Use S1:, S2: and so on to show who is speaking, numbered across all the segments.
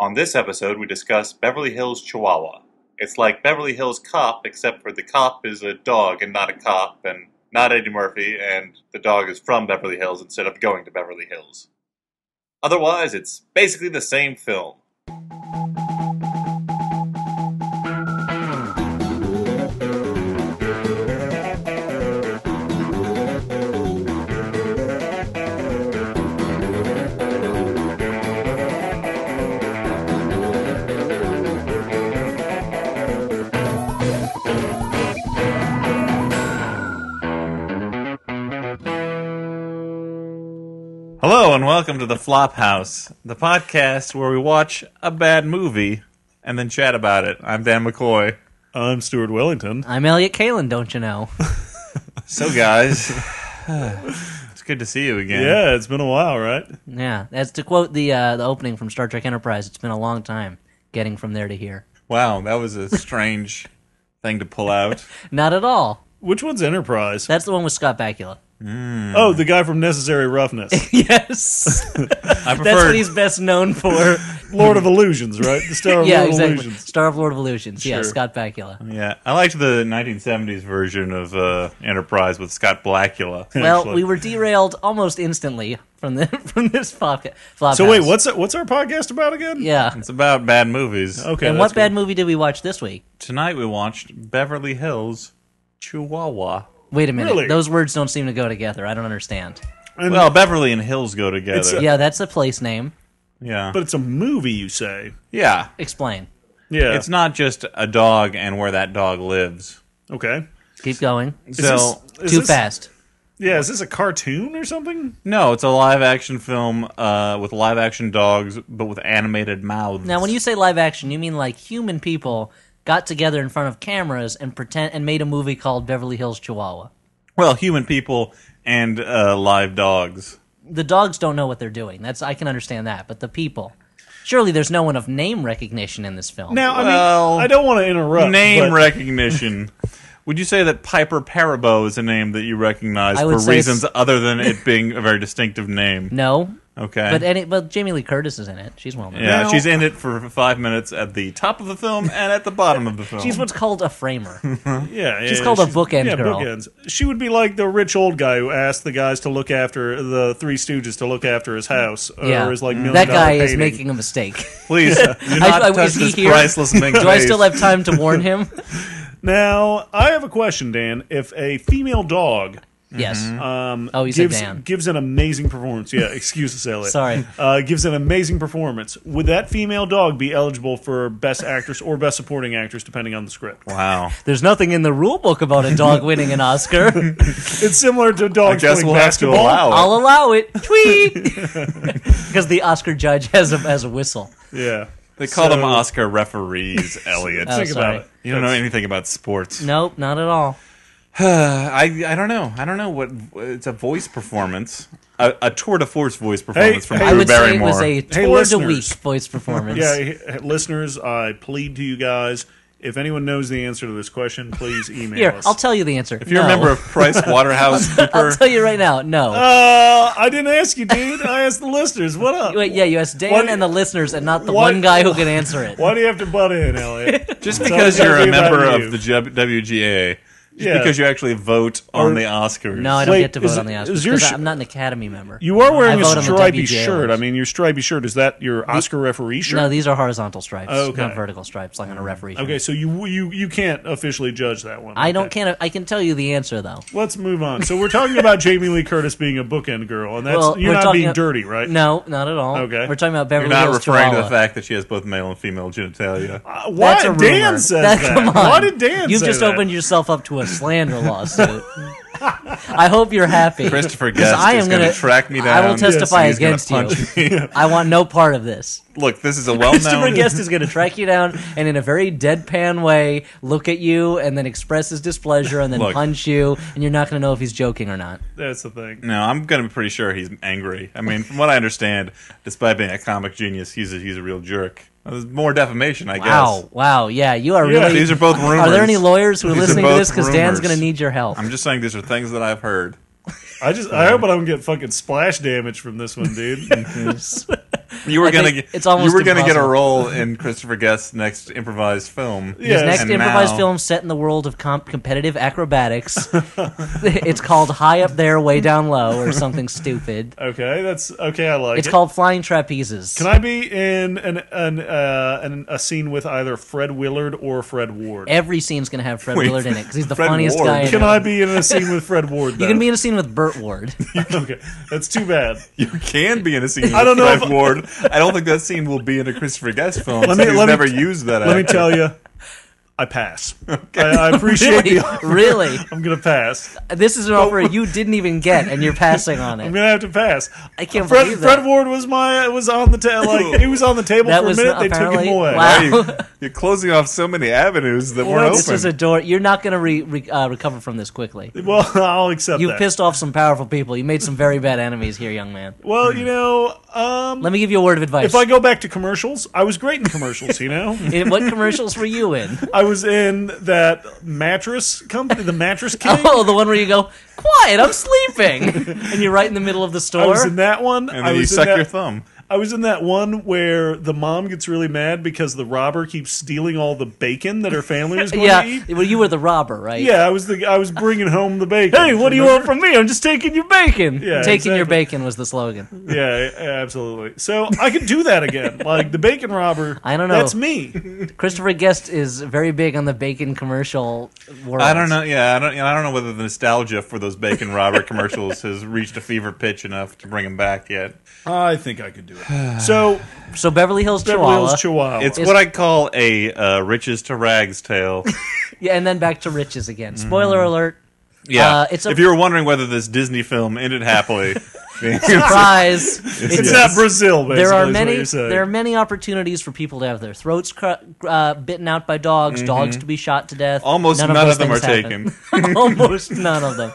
S1: On this episode, we discuss Beverly Hills Chihuahua. It's like Beverly Hills Cop, except for the cop is a dog and not a cop, and not Eddie Murphy, and the dog is from Beverly Hills instead of going to Beverly Hills. Otherwise, it's basically the same film. Hello, and welcome to The Flop House, the podcast where we watch a bad movie and then chat about it. I'm Dan McCoy.
S2: I'm Stuart Wellington.
S3: I'm Elliot Kalin, don't you know?
S1: So, guys, it's good to see you again.
S2: Yeah, it's been a while, right?
S3: yeah, as to quote the uh, the opening from Star Trek Enterprise, it's been a long time getting from there to here.
S1: Wow, that was a strange thing to pull out.
S3: Not at all.
S2: Which one's Enterprise?
S3: That's the one with Scott Bakula.
S2: oh, the guy from Necessary Roughness,
S3: yes,
S1: I prefer
S3: that's what he's best known for.
S2: Lord of Illusions, right? The Star of
S3: yeah,
S2: Lord
S3: exactly.
S2: of Illusions.
S3: Star of Lord of Illusions. Yeah,
S2: Sure.
S3: Scott Bakula.
S1: Yeah, I liked the 1970s version of uh, Enterprise with Scott Blackula.
S3: Well,
S1: actually.
S3: we were derailed almost instantly from the from this podcast. Flop
S2: So wait, what's what's our podcast about again?
S3: Yeah.
S1: it's about bad movies.
S2: Okay.
S3: and
S2: that's
S3: what bad movie did we watch this week?
S1: Tonight we watched Beverly Hills Chihuahua.
S3: Wait a minute.
S2: Really?
S3: Those words don't seem to go together. I don't understand.
S2: good. And-
S1: Well, Beverly and Hills go together.
S2: It's-
S3: Yeah, that's the place name.
S1: yeah.
S2: but it's a movie, you say?
S1: yeah.
S3: Explain.
S2: Yeah.
S1: It's not just a dog and where that dog lives.
S2: okay.
S3: Keep going.
S1: so,
S2: this- is
S3: Too
S2: this-
S3: fast.
S2: Yeah, is this a cartoon or something?
S1: no, it's a live action film uh, with live action dogs, but with animated mouths.
S3: Now, when you say live action, you mean like human people got together in front of cameras and pretend and made a movie called Beverly Hills Chihuahua.
S1: Well, human people and uh, live dogs.
S3: The dogs don't know what they're doing. That's I can understand that, but the people. Surely there's no one of name recognition in this film.
S2: Now, I
S1: Well,
S2: mean, I don't want to interrupt.
S1: name
S2: but
S1: recognition. Would you say that Piper Parabo is a name that you recognize
S3: I
S1: for
S3: would say
S1: reasons
S3: it's-
S1: other than it being a very distinctive name?
S3: No.
S1: Okay.
S3: But any but Jamie Lee Curtis is in it. She's well known.
S1: yeah,
S2: Now-
S1: she's in it for five minutes at the top of the film and at the bottom of the film.
S3: She's what's called a framer.
S2: Yeah, yeah,
S3: She's called a bookend
S2: yeah,
S3: girl.
S2: Bookends. She would be like the rich old guy who asked the guys to look after the Three Stooges to look after his house,
S3: yeah. Mm-hmm.
S2: or his like million
S3: that
S2: dollar
S3: guy is
S2: painting.
S3: making a mistake.
S1: Please uh, do not
S3: I-
S1: touch
S3: is he
S1: this
S3: here?
S1: priceless mink
S3: Do I still have time to warn him?
S2: Now, I have a question, Dan. If a female dog
S3: yes. Um, oh, you said
S2: gives
S3: Dan.
S2: gives an amazing performance, yeah, excuse us, Elliot.
S3: Sorry.
S2: uh, gives an amazing performance, would that female dog be eligible for best actress or best supporting actress, depending on the script?
S1: Wow.
S3: There's nothing in the rule book about a dog winning an Oscar.
S2: It's similar to
S1: I
S2: dogs
S1: guess
S2: playing
S1: we'll have to
S2: basketball.
S1: allow it.
S3: Oh, I'll allow it. Tweet because the Oscar judge has a has a whistle.
S2: Yeah,
S1: They call them
S2: So-
S1: Oscar referees, Elliot.
S3: Oh,
S2: think
S3: sorry.
S2: about it.
S1: you don't know anything about sports.
S3: Nope, not at all.
S1: I I don't know. I don't know what it's a voice performance, a, a tour de force voice performance from
S2: hey.
S1: Drew
S3: I would
S1: Barrymore.
S3: say it was
S2: Hey,
S3: a tour de
S2: listeners.
S3: week voice performance.
S2: Yeah, h- h- listeners, I plead to you guys. If anyone knows the answer to this question, please email
S3: Here,
S2: us.
S3: I'll tell you the answer.
S1: if you're a member of Price Waterhouse
S3: I'll
S1: Cooper,
S3: tell you right now. No.
S2: uh, I didn't ask you, dude. I asked the listeners. What up?
S3: Wait, yeah, you asked Dan
S2: What-
S3: and the listeners, and not the
S2: What-
S3: one guy who can answer it.
S2: Why do you have to butt in, Elliot?
S1: just because you're a
S2: Tell me about
S1: member
S2: you.
S1: of the J- WGA, just
S2: Yeah.
S1: because you actually vote on the Oscars.
S3: No, I don't
S2: Wait,
S3: get to vote
S2: is
S3: on the
S2: it-
S3: Oscars
S2: is your
S3: because
S2: sh-
S3: I'm not an Academy member.
S2: You are wearing
S3: I
S2: a
S3: vote on the
S2: stripy
S3: WGA
S2: shirt. I
S3: list.
S2: mean, your stripy shirt is that your Oscar referee shirt?
S3: No, these are horizontal stripes,
S2: Oh, Okay.
S3: not vertical stripes, like on a referee. shirt.
S2: okay, so you you you can't officially judge that one.
S3: I don't
S2: Okay.
S3: can't. I can tell you the answer though.
S2: Let's move on. So we're talking about Jamie Lee Curtis being a bookend girl, and that's
S3: Well,
S2: you're
S3: we're
S2: not
S3: talking
S2: being
S3: a-
S2: dirty, right?
S3: No, not at all.
S2: Okay.
S3: we're talking about Beverly
S1: you're not
S3: Hills
S1: referring to the
S3: Chihuahua.
S1: fact that she has both male and female genitalia.
S2: Uh, Why
S3: That's a rumor.
S2: Dan says that?
S3: Come on.
S2: Why did Dan?
S3: You've
S2: say
S3: just
S2: that?
S3: opened yourself up to a slander lawsuit. I hope you're happy.
S1: Christopher
S3: 'Cause
S1: Guest
S3: I am
S1: is going
S3: gonna-
S1: to track me down.
S3: I will testify
S1: and he's gonna
S3: against you.
S1: punch me.
S3: I want no part of this.
S1: Look, this is a well-known
S3: Christopher Guest is going to track you down and, in a very deadpan way, look at you and then express his displeasure and then
S1: Look.
S3: punch you, and you're not going to know if he's joking or not.
S2: That's the thing.
S1: No, I'm gonna be pretty sure he's angry. I mean, from what I understand, despite being a comic genius, he's a, he's a real jerk. There's more defamation, I
S3: Wow,
S1: guess.
S3: wow, yeah, you are
S2: Yeah,
S3: really.
S1: These are both rumors.
S3: are there any lawyers who are
S1: These are
S3: listening to
S1: both
S3: this? Because Dan's
S1: rumors.
S3: going to need your help.
S1: I'm just saying these are things that I've heard.
S2: I just I hope I don't get fucking splash damage from this one, dude.
S1: You were
S3: I think
S1: gonna get
S3: it's almost
S1: you were gonna get a
S3: impossible.
S1: role in Christopher Guest's next improvised film.
S2: Yes.
S3: His next
S1: And
S3: improvised
S1: now-
S3: film set in the world of comp- competitive acrobatics. it's called High Up There, Way Down Low, or something stupid.
S2: okay, that's okay. I like
S3: It's
S2: it.
S3: called Flying Trapezes.
S2: Can I be in an an, uh, an a scene with either Fred Willard or Fred Ward?
S3: Every scene's gonna have Fred
S1: Wait,
S3: Willard in it because he's the
S1: Fred
S3: funniest
S1: Ward?
S3: guy. in
S2: Can
S3: it.
S2: I be in a scene with Fred Ward?
S3: You
S2: Though?
S3: can be in a scene with Burt Ward.
S2: okay, that's too bad.
S1: You can be in a scene.
S2: I don't
S1: with
S2: know
S1: Fred
S2: if-
S1: Ward. I don't think that scene will be in a Christopher Guest film.
S2: Let
S1: Let
S2: me-
S1: me, he's
S2: let me-
S1: never used that.
S2: Let me
S1: actor.
S2: tell you, I pass. I, I appreciate
S3: really,
S2: the.
S3: really,
S2: I'm gonna pass.
S3: this is an offer you didn't even get, and you're passing on
S2: I'm
S3: it.
S2: gonna have to pass.
S3: I can't
S2: Fred,
S3: believe that.
S2: Fred Ward was my was on the ta- like he was on the table
S3: That
S2: for a
S3: was
S2: minute. They took him
S3: apparently-
S2: away.
S3: wow.
S1: Why you, you're closing off so many avenues that weren't
S2: that's-
S3: This
S1: open.
S3: is a door. You're not gonna re, re, uh, recover from this quickly.
S2: Well, I'll accept
S3: You've
S2: that.
S3: pissed off some powerful people. You made some very bad enemies here, young man.
S2: well, you know, um,
S3: Let me give you a word of advice.
S2: if I go back to commercials, I was great in commercials. You know,
S3: In- what commercials were you in?
S2: I was in that mattress company, the Mattress King.
S3: Oh, the one where you go, quiet, I'm sleeping. And you're right in the middle of the
S2: I
S3: store.
S2: was in that one.
S1: and
S2: I
S1: then you
S2: was in
S1: suck
S2: that-
S1: your thumb.
S2: I was in that one where the mom gets really mad because the robber keeps stealing all the bacon that her family was going to
S3: yeah,
S2: eat.
S3: well, you were the robber, right?
S2: Yeah, I was the I was bringing home the bacon.
S3: Hey, what do you want from me? I'm just taking your bacon.
S2: Yeah,
S3: taking
S2: exactly.
S3: your bacon was the slogan.
S2: Yeah, yeah, absolutely. So I could do that again, like the bacon robber.
S3: I don't know.
S2: That's me.
S3: Christopher Guest is very big on the bacon commercial world.
S1: I don't know. Yeah, I don't. I don't know whether the nostalgia for those bacon robber commercials has reached a fever pitch enough to bring them back yet.
S2: I think I could do it. So
S3: So Beverly Hills
S2: Beverly
S3: Chihuahua,
S2: Hills Chihuahua.
S1: It's what I call a uh, riches to rags tale.
S3: yeah, and then back to riches again. Spoiler alert.
S1: Yeah,
S3: Uh, it's a-
S1: if you were wondering whether this Disney film ended happily,
S3: Surprise! It's-
S2: it's not Brazil. Basically,
S3: there are
S2: is what
S3: many
S2: you're saying.
S3: there are many opportunities for people to have their throats cr- uh, bitten out by dogs, dogs to be shot to death.
S1: Mm-hmm. almost none, of,
S3: those
S1: them are
S3: things happen.
S1: taken.
S3: Almost none of them.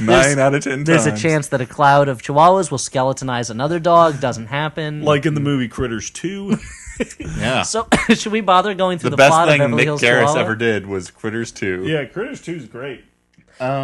S1: Nine out of ten.
S3: There's a
S1: times.
S3: chance that a cloud of chihuahuas will skeletonize another dog. Doesn't happen.
S2: like in the movie Critters Two.
S1: Yeah,
S3: so, should we bother going through
S1: the,
S3: the,
S1: best
S3: plot of
S1: thing
S3: Beverly
S1: Nick
S3: Hills
S1: Garris
S3: Chihuahua?
S1: ever did was Critters Two.
S2: yeah, Critters Two is great.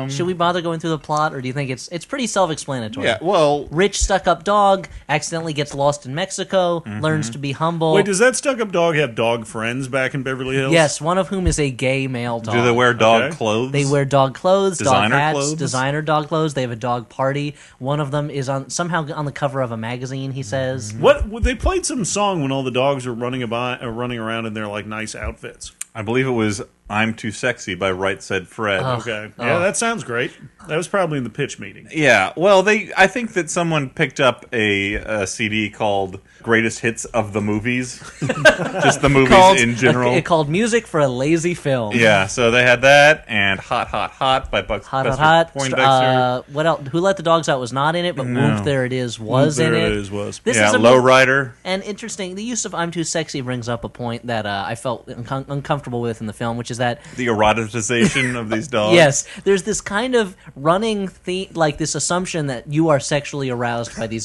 S3: Should we bother going through the plot, or do you think it's it's pretty self-explanatory?
S1: Yeah, Well,
S3: Rich stuck-up dog accidentally gets lost in Mexico,
S1: Mm-hmm.
S3: learns to be humble.
S2: Wait, does that stuck-up dog have dog friends back in Beverly Hills?
S3: yes, one of whom is a gay male dog.
S1: do they wear dog
S2: Okay.
S1: clothes?
S3: They wear dog clothes,
S1: Designer
S3: dog hats,
S1: clothes?
S3: designer dog clothes. They have a dog party. One of them is on somehow on the cover of a magazine. He
S1: Mm-hmm.
S3: says,
S2: What well, they played some song when all the dogs were running about, uh, running around in their like nice outfits.
S1: I believe it was "I'm Too Sexy" by Right Said Fred.
S2: Okay, yeah, that sounds great. That was probably in the pitch meeting.
S1: Yeah, well, they. I think that someone picked up a, a CD called "Greatest Hits of the Movies," just the movies in general.
S3: It called music for a lazy film.
S1: yeah, so they had that and "Hot, Hot, Hot" by Bucks
S3: Hot, hot,
S1: Buster
S3: hot.
S1: Poindexter.
S3: Uh, what else? Who let the dogs out was not in it, but Whoop, there it is was
S2: There
S3: in it.
S2: it is, was.
S3: This
S1: yeah,
S3: is a
S1: Low
S3: mov-
S1: Rider.
S3: And interesting, the use of "I'm too sexy" brings up a point that uh, I felt uncom uncomfortable with in the film, which is that
S1: the eroticization of these dogs.
S3: Yes, there's this kind of running theme, like this assumption that you are sexually aroused by these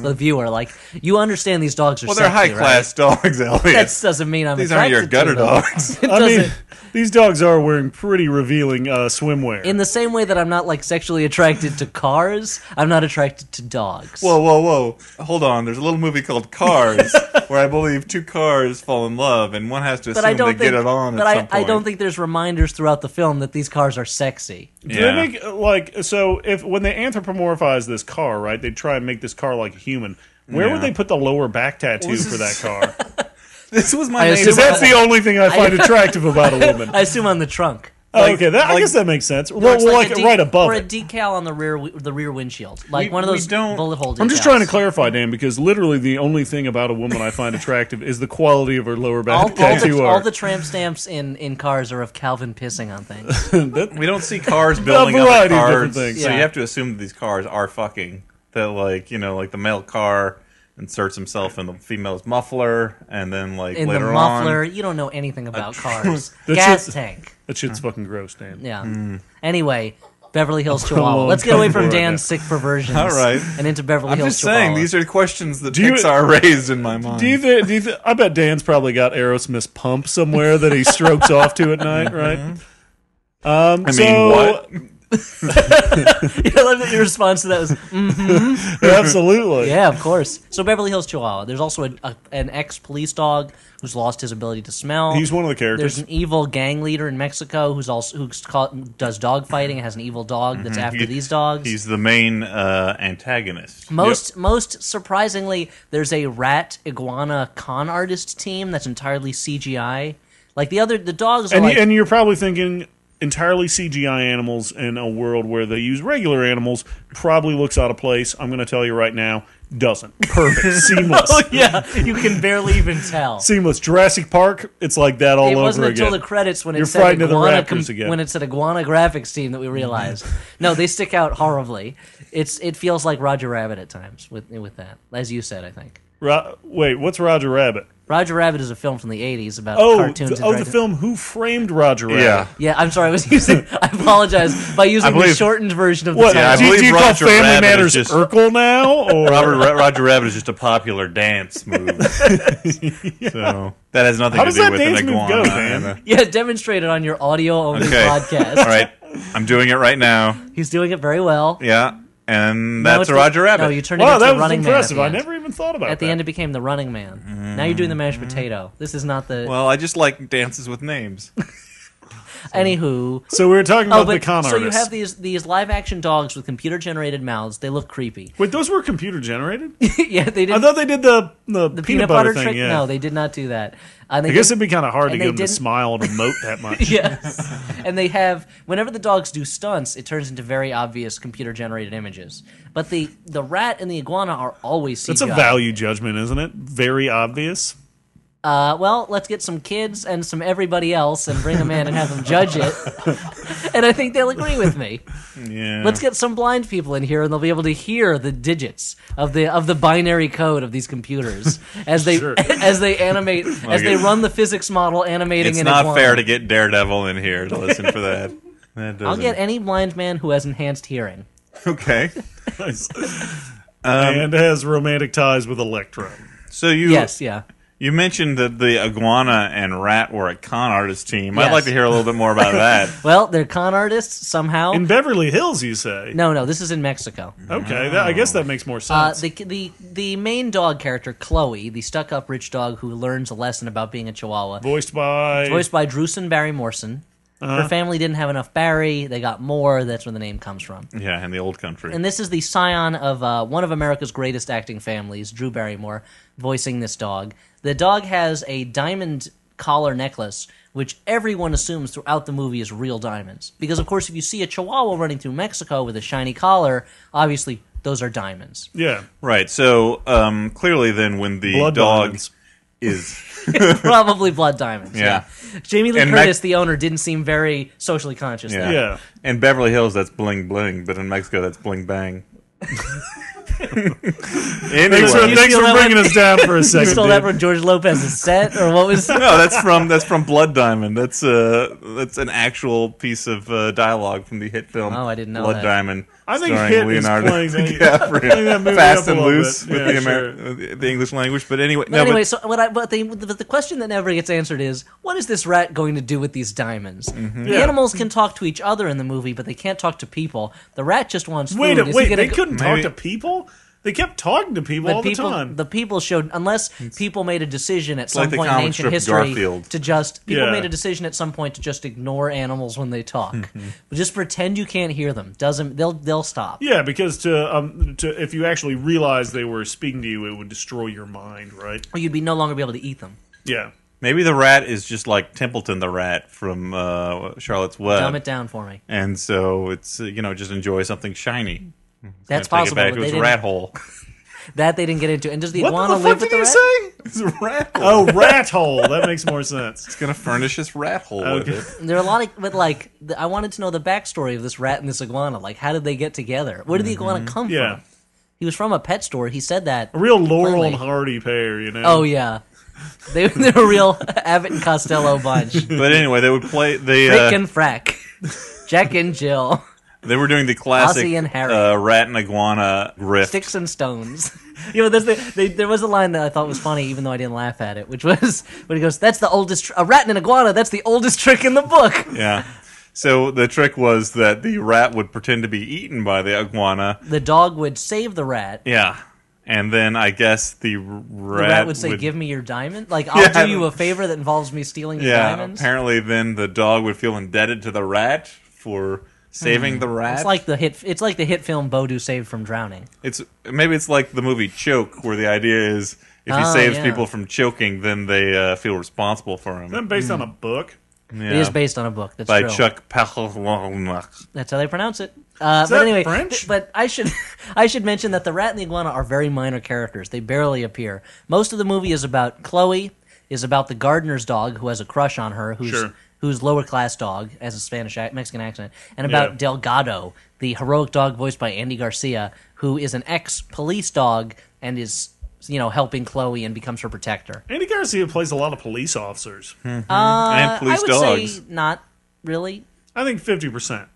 S3: the viewer, like you understand these dogs are.
S1: Well, they're high
S3: sexy, right?
S1: class dogs, Elliot.
S3: That doesn't mean I'm.
S1: these aren't your
S3: attracted to
S1: gutter
S3: them.
S1: dogs.
S3: It
S2: I mean,
S3: doesn't-
S2: these dogs are wearing pretty revealing uh, swimwear.
S3: in the same way that I'm not like sexually attracted to cars, I'm not attracted to dogs.
S1: whoa, whoa, whoa! Hold on. There's a little movie called Cars, where I believe two cars fall in love, and one has to assume
S3: but I don't
S1: they
S3: think.
S1: get it on.
S3: but
S1: at
S3: I,
S1: some
S3: I
S1: point.
S3: don't think there's reminders throughout the film that these cars are sexy.
S2: Do
S1: Yeah.
S2: they make uh, like so? If when they anthropomorphize this car, right? They try and make this car like a human. Where
S1: Yeah.
S2: would they put the lower back tattoo
S1: this
S2: for that
S1: is-
S2: car?
S1: this was my
S3: I
S1: main.
S3: assume-
S2: Because that's the only thing I find attractive about a woman.
S3: I assume on the trunk.
S2: oh, okay, that, I guess that makes sense. Well,
S3: It's
S2: well,
S3: like
S2: like,
S3: a de-
S2: right above
S3: or
S2: it.
S3: a decal on the rear wi- the rear windshield, like
S1: We-
S3: one of
S1: we
S3: those
S1: don't-
S3: bullet hole. Decals.
S2: I'm just trying to clarify, Dan, because literally the only thing about a woman I find attractive is the quality of her lower back
S3: all, all,
S2: tattoo
S3: the, all
S2: art.
S3: the tramp stamps in, in cars are of Calvin pissing on things.
S1: we don't see cars building up
S2: variety of
S1: cars,
S2: different things.
S1: so
S3: Yeah.
S1: you have to assume that these cars are fucking. That like you know, like the male car inserts himself in the female's muffler, and then like
S3: In the
S1: later
S3: muffler,
S1: on,
S3: you don't know anything about cars.
S2: That's
S3: Gas
S2: just-
S3: tank.
S2: that shit's fucking gross, Dan.
S3: Yeah.
S1: Hmm.
S3: Anyway, Beverly Hills Chihuahua.
S2: on,
S3: Let's get away
S2: come
S3: from
S2: on.
S3: Dan's sick perversions.
S1: All right.
S3: And into Beverly
S1: I'm
S3: Hills
S1: just
S3: Chihuahua.
S1: saying these are questions that
S2: you-
S1: Pixar raised in my mind.
S2: Do you think? Do you thi- I bet Dan's probably got Aerosmith's
S3: Mm-hmm.
S2: "Pump" somewhere that he strokes off to at night, right? Um,
S1: I mean,
S2: so,
S1: what?
S3: Yeah, I love that your response to that was, "Mhm."
S2: Absolutely.
S3: yeah, of course. So Beverly Hills Chihuahua. There's also a, a, an ex police dog who's lost his ability to smell.
S2: He's one of the
S3: There's
S2: characters.
S3: an evil gang leader in Mexico who's also who's caught, does dog fighting and has an evil dog that's after
S1: Mm-hmm. He-
S3: these dogs.
S1: He's the main uh, antagonist.
S3: Most most surprisingly, there's a rat iguana con artist team that's entirely CGI. Like the other the dogs are
S2: and,
S3: like
S2: and you're probably thinking entirely CGI animals in a world where they use regular animals probably looks out of place. I'm going to tell you right now, doesn't. Perfect. Seamless.
S3: Oh yeah, you can barely even tell.
S2: Seamless. Jurassic Park, it's like that all
S3: it
S2: over
S3: wasn't until
S2: again.
S3: the credits when it
S2: You're
S3: said
S2: frightened of the
S3: iguana
S2: Raptors
S3: com-
S2: again.
S3: when it said iguana graphics team that we realized. no, they stick out horribly. It's it feels like Roger Rabbit at times with with that, as you said. I think
S2: Ro- wait, what's Roger Rabbit?
S3: Roger Rabbit is a film from the '80s about
S2: Oh,
S3: cartoons.
S2: the,
S3: and
S2: oh, the
S3: direct-
S2: film Who Framed Roger Rabbit?
S1: Yeah.
S3: Yeah, I'm sorry. I was using. I apologize by using the
S1: believe-
S3: shortened version of the
S2: What,
S3: title.
S1: Yeah, I
S2: do, you-
S1: believe
S2: do you
S1: Roger
S2: call Family
S1: Rabbit is
S2: Matters
S1: just-
S2: Urkel now? Or
S1: Robert Ra- Roger Rabbit is just a popular dance move. So that has nothing
S2: How
S1: to
S2: does
S1: do
S2: that
S1: with
S2: dance
S1: an
S2: move
S1: iguana.
S2: go,
S1: and
S2: man?
S1: a-
S3: Yeah, demonstrate it on your audio only
S1: Okay.
S3: podcast.
S1: All right, I'm doing it right now.
S3: He's doing it very well.
S1: Yeah, and
S3: Now
S1: that's
S3: it's-
S1: Roger Rabbit.
S3: No, you turned it
S2: wow,
S3: into
S2: that
S3: a
S2: was
S3: running
S2: impressive.
S3: man.
S2: I
S3: At the, end.
S2: never even thought about
S3: At the
S2: that.
S3: end, it became the running man. Now you're doing the
S2: Mm-hmm.
S3: mashed potato. This is not the.
S1: well, I just like dances with names.
S3: anywho.
S2: so we were talking
S3: Oh,
S2: about the
S3: but
S2: con
S3: so you
S2: artists.
S3: have these these live action dogs with computer generated mouths. They look creepy.
S2: Wait, those were computer generated?
S3: yeah, they did
S2: I
S3: not
S2: thought they did the the,
S3: the
S2: peanut, butter, thing.
S3: trick.
S2: Yeah.
S3: No, they did not do that. Uh, they
S2: I guess it'd be kind of hard to
S3: and
S2: get
S3: they
S2: them to
S3: didn't-
S2: smile and emote that much.
S3: yes. And they have whenever the dogs do stunts, it turns into very obvious computer generated images. But the the rat and the iguana are always CGI.
S2: It's a value judgment, isn't it? Very obvious.
S3: Uh, well, let's get some kids and some everybody else and bring them in and have them judge it. and I think they'll agree with me.
S1: Yeah.
S3: Let's get some blind people in here and they'll be able to hear the digits of the of the binary code of these computers as they
S2: Sure.
S3: as they animate as they run the physics model animating
S1: It's
S3: an
S1: not
S3: iguana.
S1: fair to get Daredevil in here to listen for that. That
S3: I'll
S1: doesn't-
S3: get any blind man who has enhanced hearing.
S1: okay.
S2: Um, and has romantic ties with Electro.
S1: So you
S3: Yes, yeah.
S1: you mentioned that the iguana and rat were a con artist team. I'd
S3: Yes.
S1: like to hear a little bit more about that.
S3: Well, they're con artists somehow.
S2: In Beverly Hills, you say?
S3: no, no, this is in Mexico.
S2: Okay, that, I guess that makes more
S3: Uh,
S2: sense.
S3: the the the main dog character, Chloe, the stuck-up rich dog who learns a lesson about being a Chihuahua,
S2: voiced by
S3: voiced by Drusen Barry Morrison.
S1: Uh-huh.
S3: Her family didn't have enough Barry; they got more. That's where the name comes from.
S1: yeah, in the old country.
S3: And this is the scion of uh, one of America's greatest acting families, Drew Barrymore, voicing this dog. The dog has a diamond collar necklace, which everyone assumes throughout the movie is real diamonds. Because, of course, if you see a chihuahua running through Mexico with a shiny collar, obviously those are diamonds.
S2: yeah,
S1: Right. So um, clearly, then, when the
S2: Blood
S1: dog
S2: Diamonds.
S1: is
S3: Probably blood diamonds.
S1: Yeah.
S3: Jamie Lee
S1: And
S3: Curtis,
S1: Mex-
S3: the owner, didn't seem very socially conscious.
S1: yeah.
S3: there.
S2: Yeah.
S1: in Beverly Hills that's bling bling, but in Mexico that's bling bang. anyway,
S2: Thanks for,
S3: You
S2: thanks
S3: steal
S2: for
S3: that
S2: bringing
S3: one?
S2: us down for a second.
S3: You stole that
S2: dude.
S3: from George Lopez's set, or what was?
S1: no, that's from that's from Blood Diamond. That's uh that's an actual piece of uh, dialogue from the hit film.
S3: Oh, I didn't know
S1: Blood
S3: that.
S1: Diamond.
S2: I think
S1: starring
S2: Hit is
S1: Leonardo
S2: playing that- playing that
S1: DiCaprio.
S2: movie
S1: Fast
S2: up a
S1: and
S2: little
S1: loose
S2: bit.
S1: with
S2: Yeah,
S1: the, Ameri- the English language. But anyway,
S3: But
S1: no,
S3: anyway,
S1: but
S3: so what I but the, the the question that never gets answered is what is this rat going to do with these diamonds? The
S2: Yeah.
S3: animals can talk to each other in the movie, but they can't talk to people. The rat just wants
S2: Wait,
S3: food. Is
S2: wait,
S3: he gonna
S2: they
S3: go-
S2: couldn't
S1: Maybe-
S2: talk to people. They kept talking to people
S3: But
S2: all
S3: people,
S2: the time.
S3: people showed unless people made a decision at some
S1: like the
S3: point in
S1: comic
S3: ancient
S1: strip
S3: history
S1: Garfield.
S3: to just people
S2: Yeah.
S3: made a decision at some point to just ignore animals when they talk. But just pretend you can't hear them. Doesn't they'll they'll stop.
S2: yeah, because to um to if you actually realized they were speaking to you, it would destroy your mind, right?
S3: Or you'd be no longer be able to eat them.
S2: Yeah.
S1: maybe the rat is just like Templeton the rat from uh, Charlotte's Web.
S3: Dumb it down for me.
S1: and so it's uh, you know just enjoy something shiny.
S3: That's
S1: Take it
S3: possible.
S1: back
S3: but
S1: to
S3: they
S1: its
S3: didn't-
S1: rat hole.
S3: that they didn't get into. And does the
S2: What
S3: iguana
S2: the fuck
S3: live
S2: did
S3: with the
S2: you
S3: rat?
S2: say?
S1: It's a rat hole.
S2: Oh, rat hole. That makes more sense.
S1: It's gonna furnish this rat hole with it.
S3: There are a lot of, but like, the, I wanted to know the backstory of this rat and this iguana. Like, how did they get together? Where did the iguana come
S2: Yeah.
S3: from? He was from a pet store. He said that.
S2: A real Laurel
S3: Plainly.
S2: and Hardy pair, you know.
S3: Oh yeah, they, they're a real Abbott and Costello bunch. Rick
S1: But anyway, they would play the uh,
S3: and Frack, Jack and Jill,
S1: They were doing the classic
S3: Ozzie and Harry.
S1: Uh, rat and iguana riff.
S3: sticks and stones. You know, there's the, they, there was a line that I thought was funny, even though I didn't laugh at it, which was when he goes, "That's the oldest tr- a rat and an iguana. That's the oldest trick in the book."
S1: Yeah. So the trick was that the rat would pretend to be eaten by the iguana.
S3: The dog would save the rat.
S1: Yeah. And then I guess the rat,
S3: The rat would say, "Give me your diamond. Like I'll
S1: Yeah.
S3: do you a favor that involves me stealing your
S1: Yeah.
S3: diamonds."
S1: Apparently, then the dog would feel indebted to the rat for saving the rat.
S3: Hmm. It's like the hit. It's like the hit film Bodu saved from drowning.
S1: It's maybe it's like the movie Choke, where the idea is if he
S3: Oh,
S1: saves
S3: yeah.
S1: people from choking, then they uh, feel responsible for him.
S2: Then based on a book.
S1: Yeah.
S3: It is based on a book. That's
S1: by
S3: true.
S1: Chuck Palahniuk.
S3: That's how they pronounce it. Uh, but
S2: that
S3: anyway,
S2: French?
S3: th- but I should I should mention that the rat and the iguana are very minor characters. They barely appear. Most of the movie is about Chloe, is about the gardener's dog who has a crush on her, who's
S2: Sure.
S3: who's lower class dog has a Spanish ac- Mexican accent, and about
S2: Yeah.
S3: Delgado, the heroic dog voiced by Andy Garcia, who is an ex police dog and is you know helping Chloe and becomes her protector.
S2: Andy Garcia plays a lot of police officers.
S1: and
S3: Uh, I
S1: police
S3: would
S1: dogs.
S3: say not really,
S2: I think fifty percent.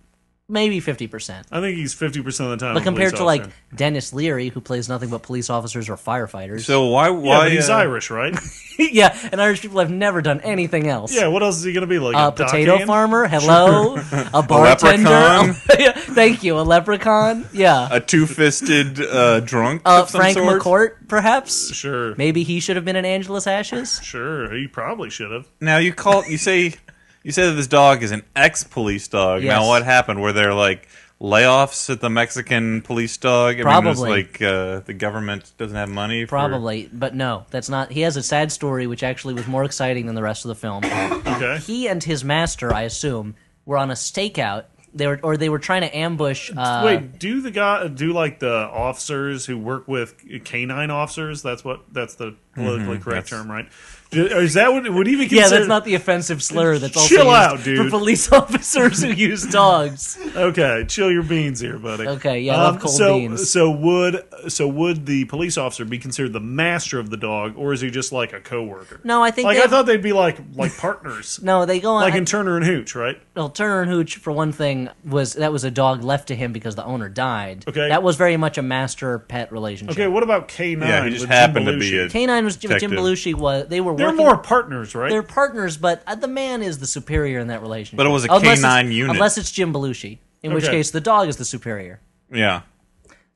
S3: maybe fifty percent.
S2: I think he's fifty percent of the time.
S3: But
S2: a
S3: compared
S2: police
S3: to like
S2: officer.
S3: Dennis Leary, who plays nothing but police officers or firefighters.
S1: So why
S2: yeah,
S1: why
S2: but he's
S1: uh,
S2: Irish, right?
S3: yeah, and Irish people have never done anything else.
S2: yeah. What else is he going to be like?
S3: A
S2: dock
S3: Uh, potato
S2: hand?
S3: farmer, hello. A bartender.
S1: leprechaun?
S3: Yeah, Thank you. A leprechaun. Yeah.
S1: a two fisted uh, drunk?
S3: Uh,
S1: of some
S3: Frank
S1: sort?
S3: McCourt, perhaps.
S2: Sure.
S3: Maybe he should have been in Angela's Ashes.
S2: Sure. He probably should have.
S1: Now you call you say you say that this dog is an ex police dog.
S3: Yes.
S1: Now what happened? Were there like layoffs at the Mexican police dog? I mean, it's
S3: Probably.
S1: like uh, the government doesn't have money. For,
S3: Probably, but no, that's not. He has a sad story, which actually was more exciting than the rest of the film.
S2: Okay.
S3: Uh, he and his master, I assume, were on a stakeout. They were, or they were trying to ambush. Uh,
S2: Wait, do the guy do like the officers who work with canine officers? That's what that's the politically correct
S1: that's-
S2: term, right? Do- Is that what would even consider?
S3: Mm-hmm. Yeah, that's not the offensive slur that's also
S2: Chill
S3: used
S2: out, dude.
S3: for police officers who use dogs.
S2: okay. Chill your beans here, buddy. Um,
S3: Okay, yeah, I love cold
S2: so,
S3: beans.
S2: So would so would the police officer be considered the master of the dog, or is he just like a coworker?
S3: No, I think
S2: like
S3: they
S2: I
S3: have-
S2: thought they'd be like like partners,
S3: No, they go on.
S2: like in Turner and Hooch, right?
S3: well, Turner and Hooch, for one thing, was that was a dog left to him because the owner died.
S2: Okay.
S3: that was very much a master pet relationship.
S2: Okay, what about K nine?
S1: Yeah, he just happened to be a
S3: Canine was Jim Jim
S1: Detective.
S3: Belushi was. They were
S2: They're
S3: working,
S2: more partners, right?
S3: They're partners, but uh, the man is the superior in that relationship.
S1: But it was a
S3: Unless it's-
S1: canine unit.
S3: Unless it's Jim Belushi, in which
S2: Okay.
S3: case the dog is the superior.
S1: yeah.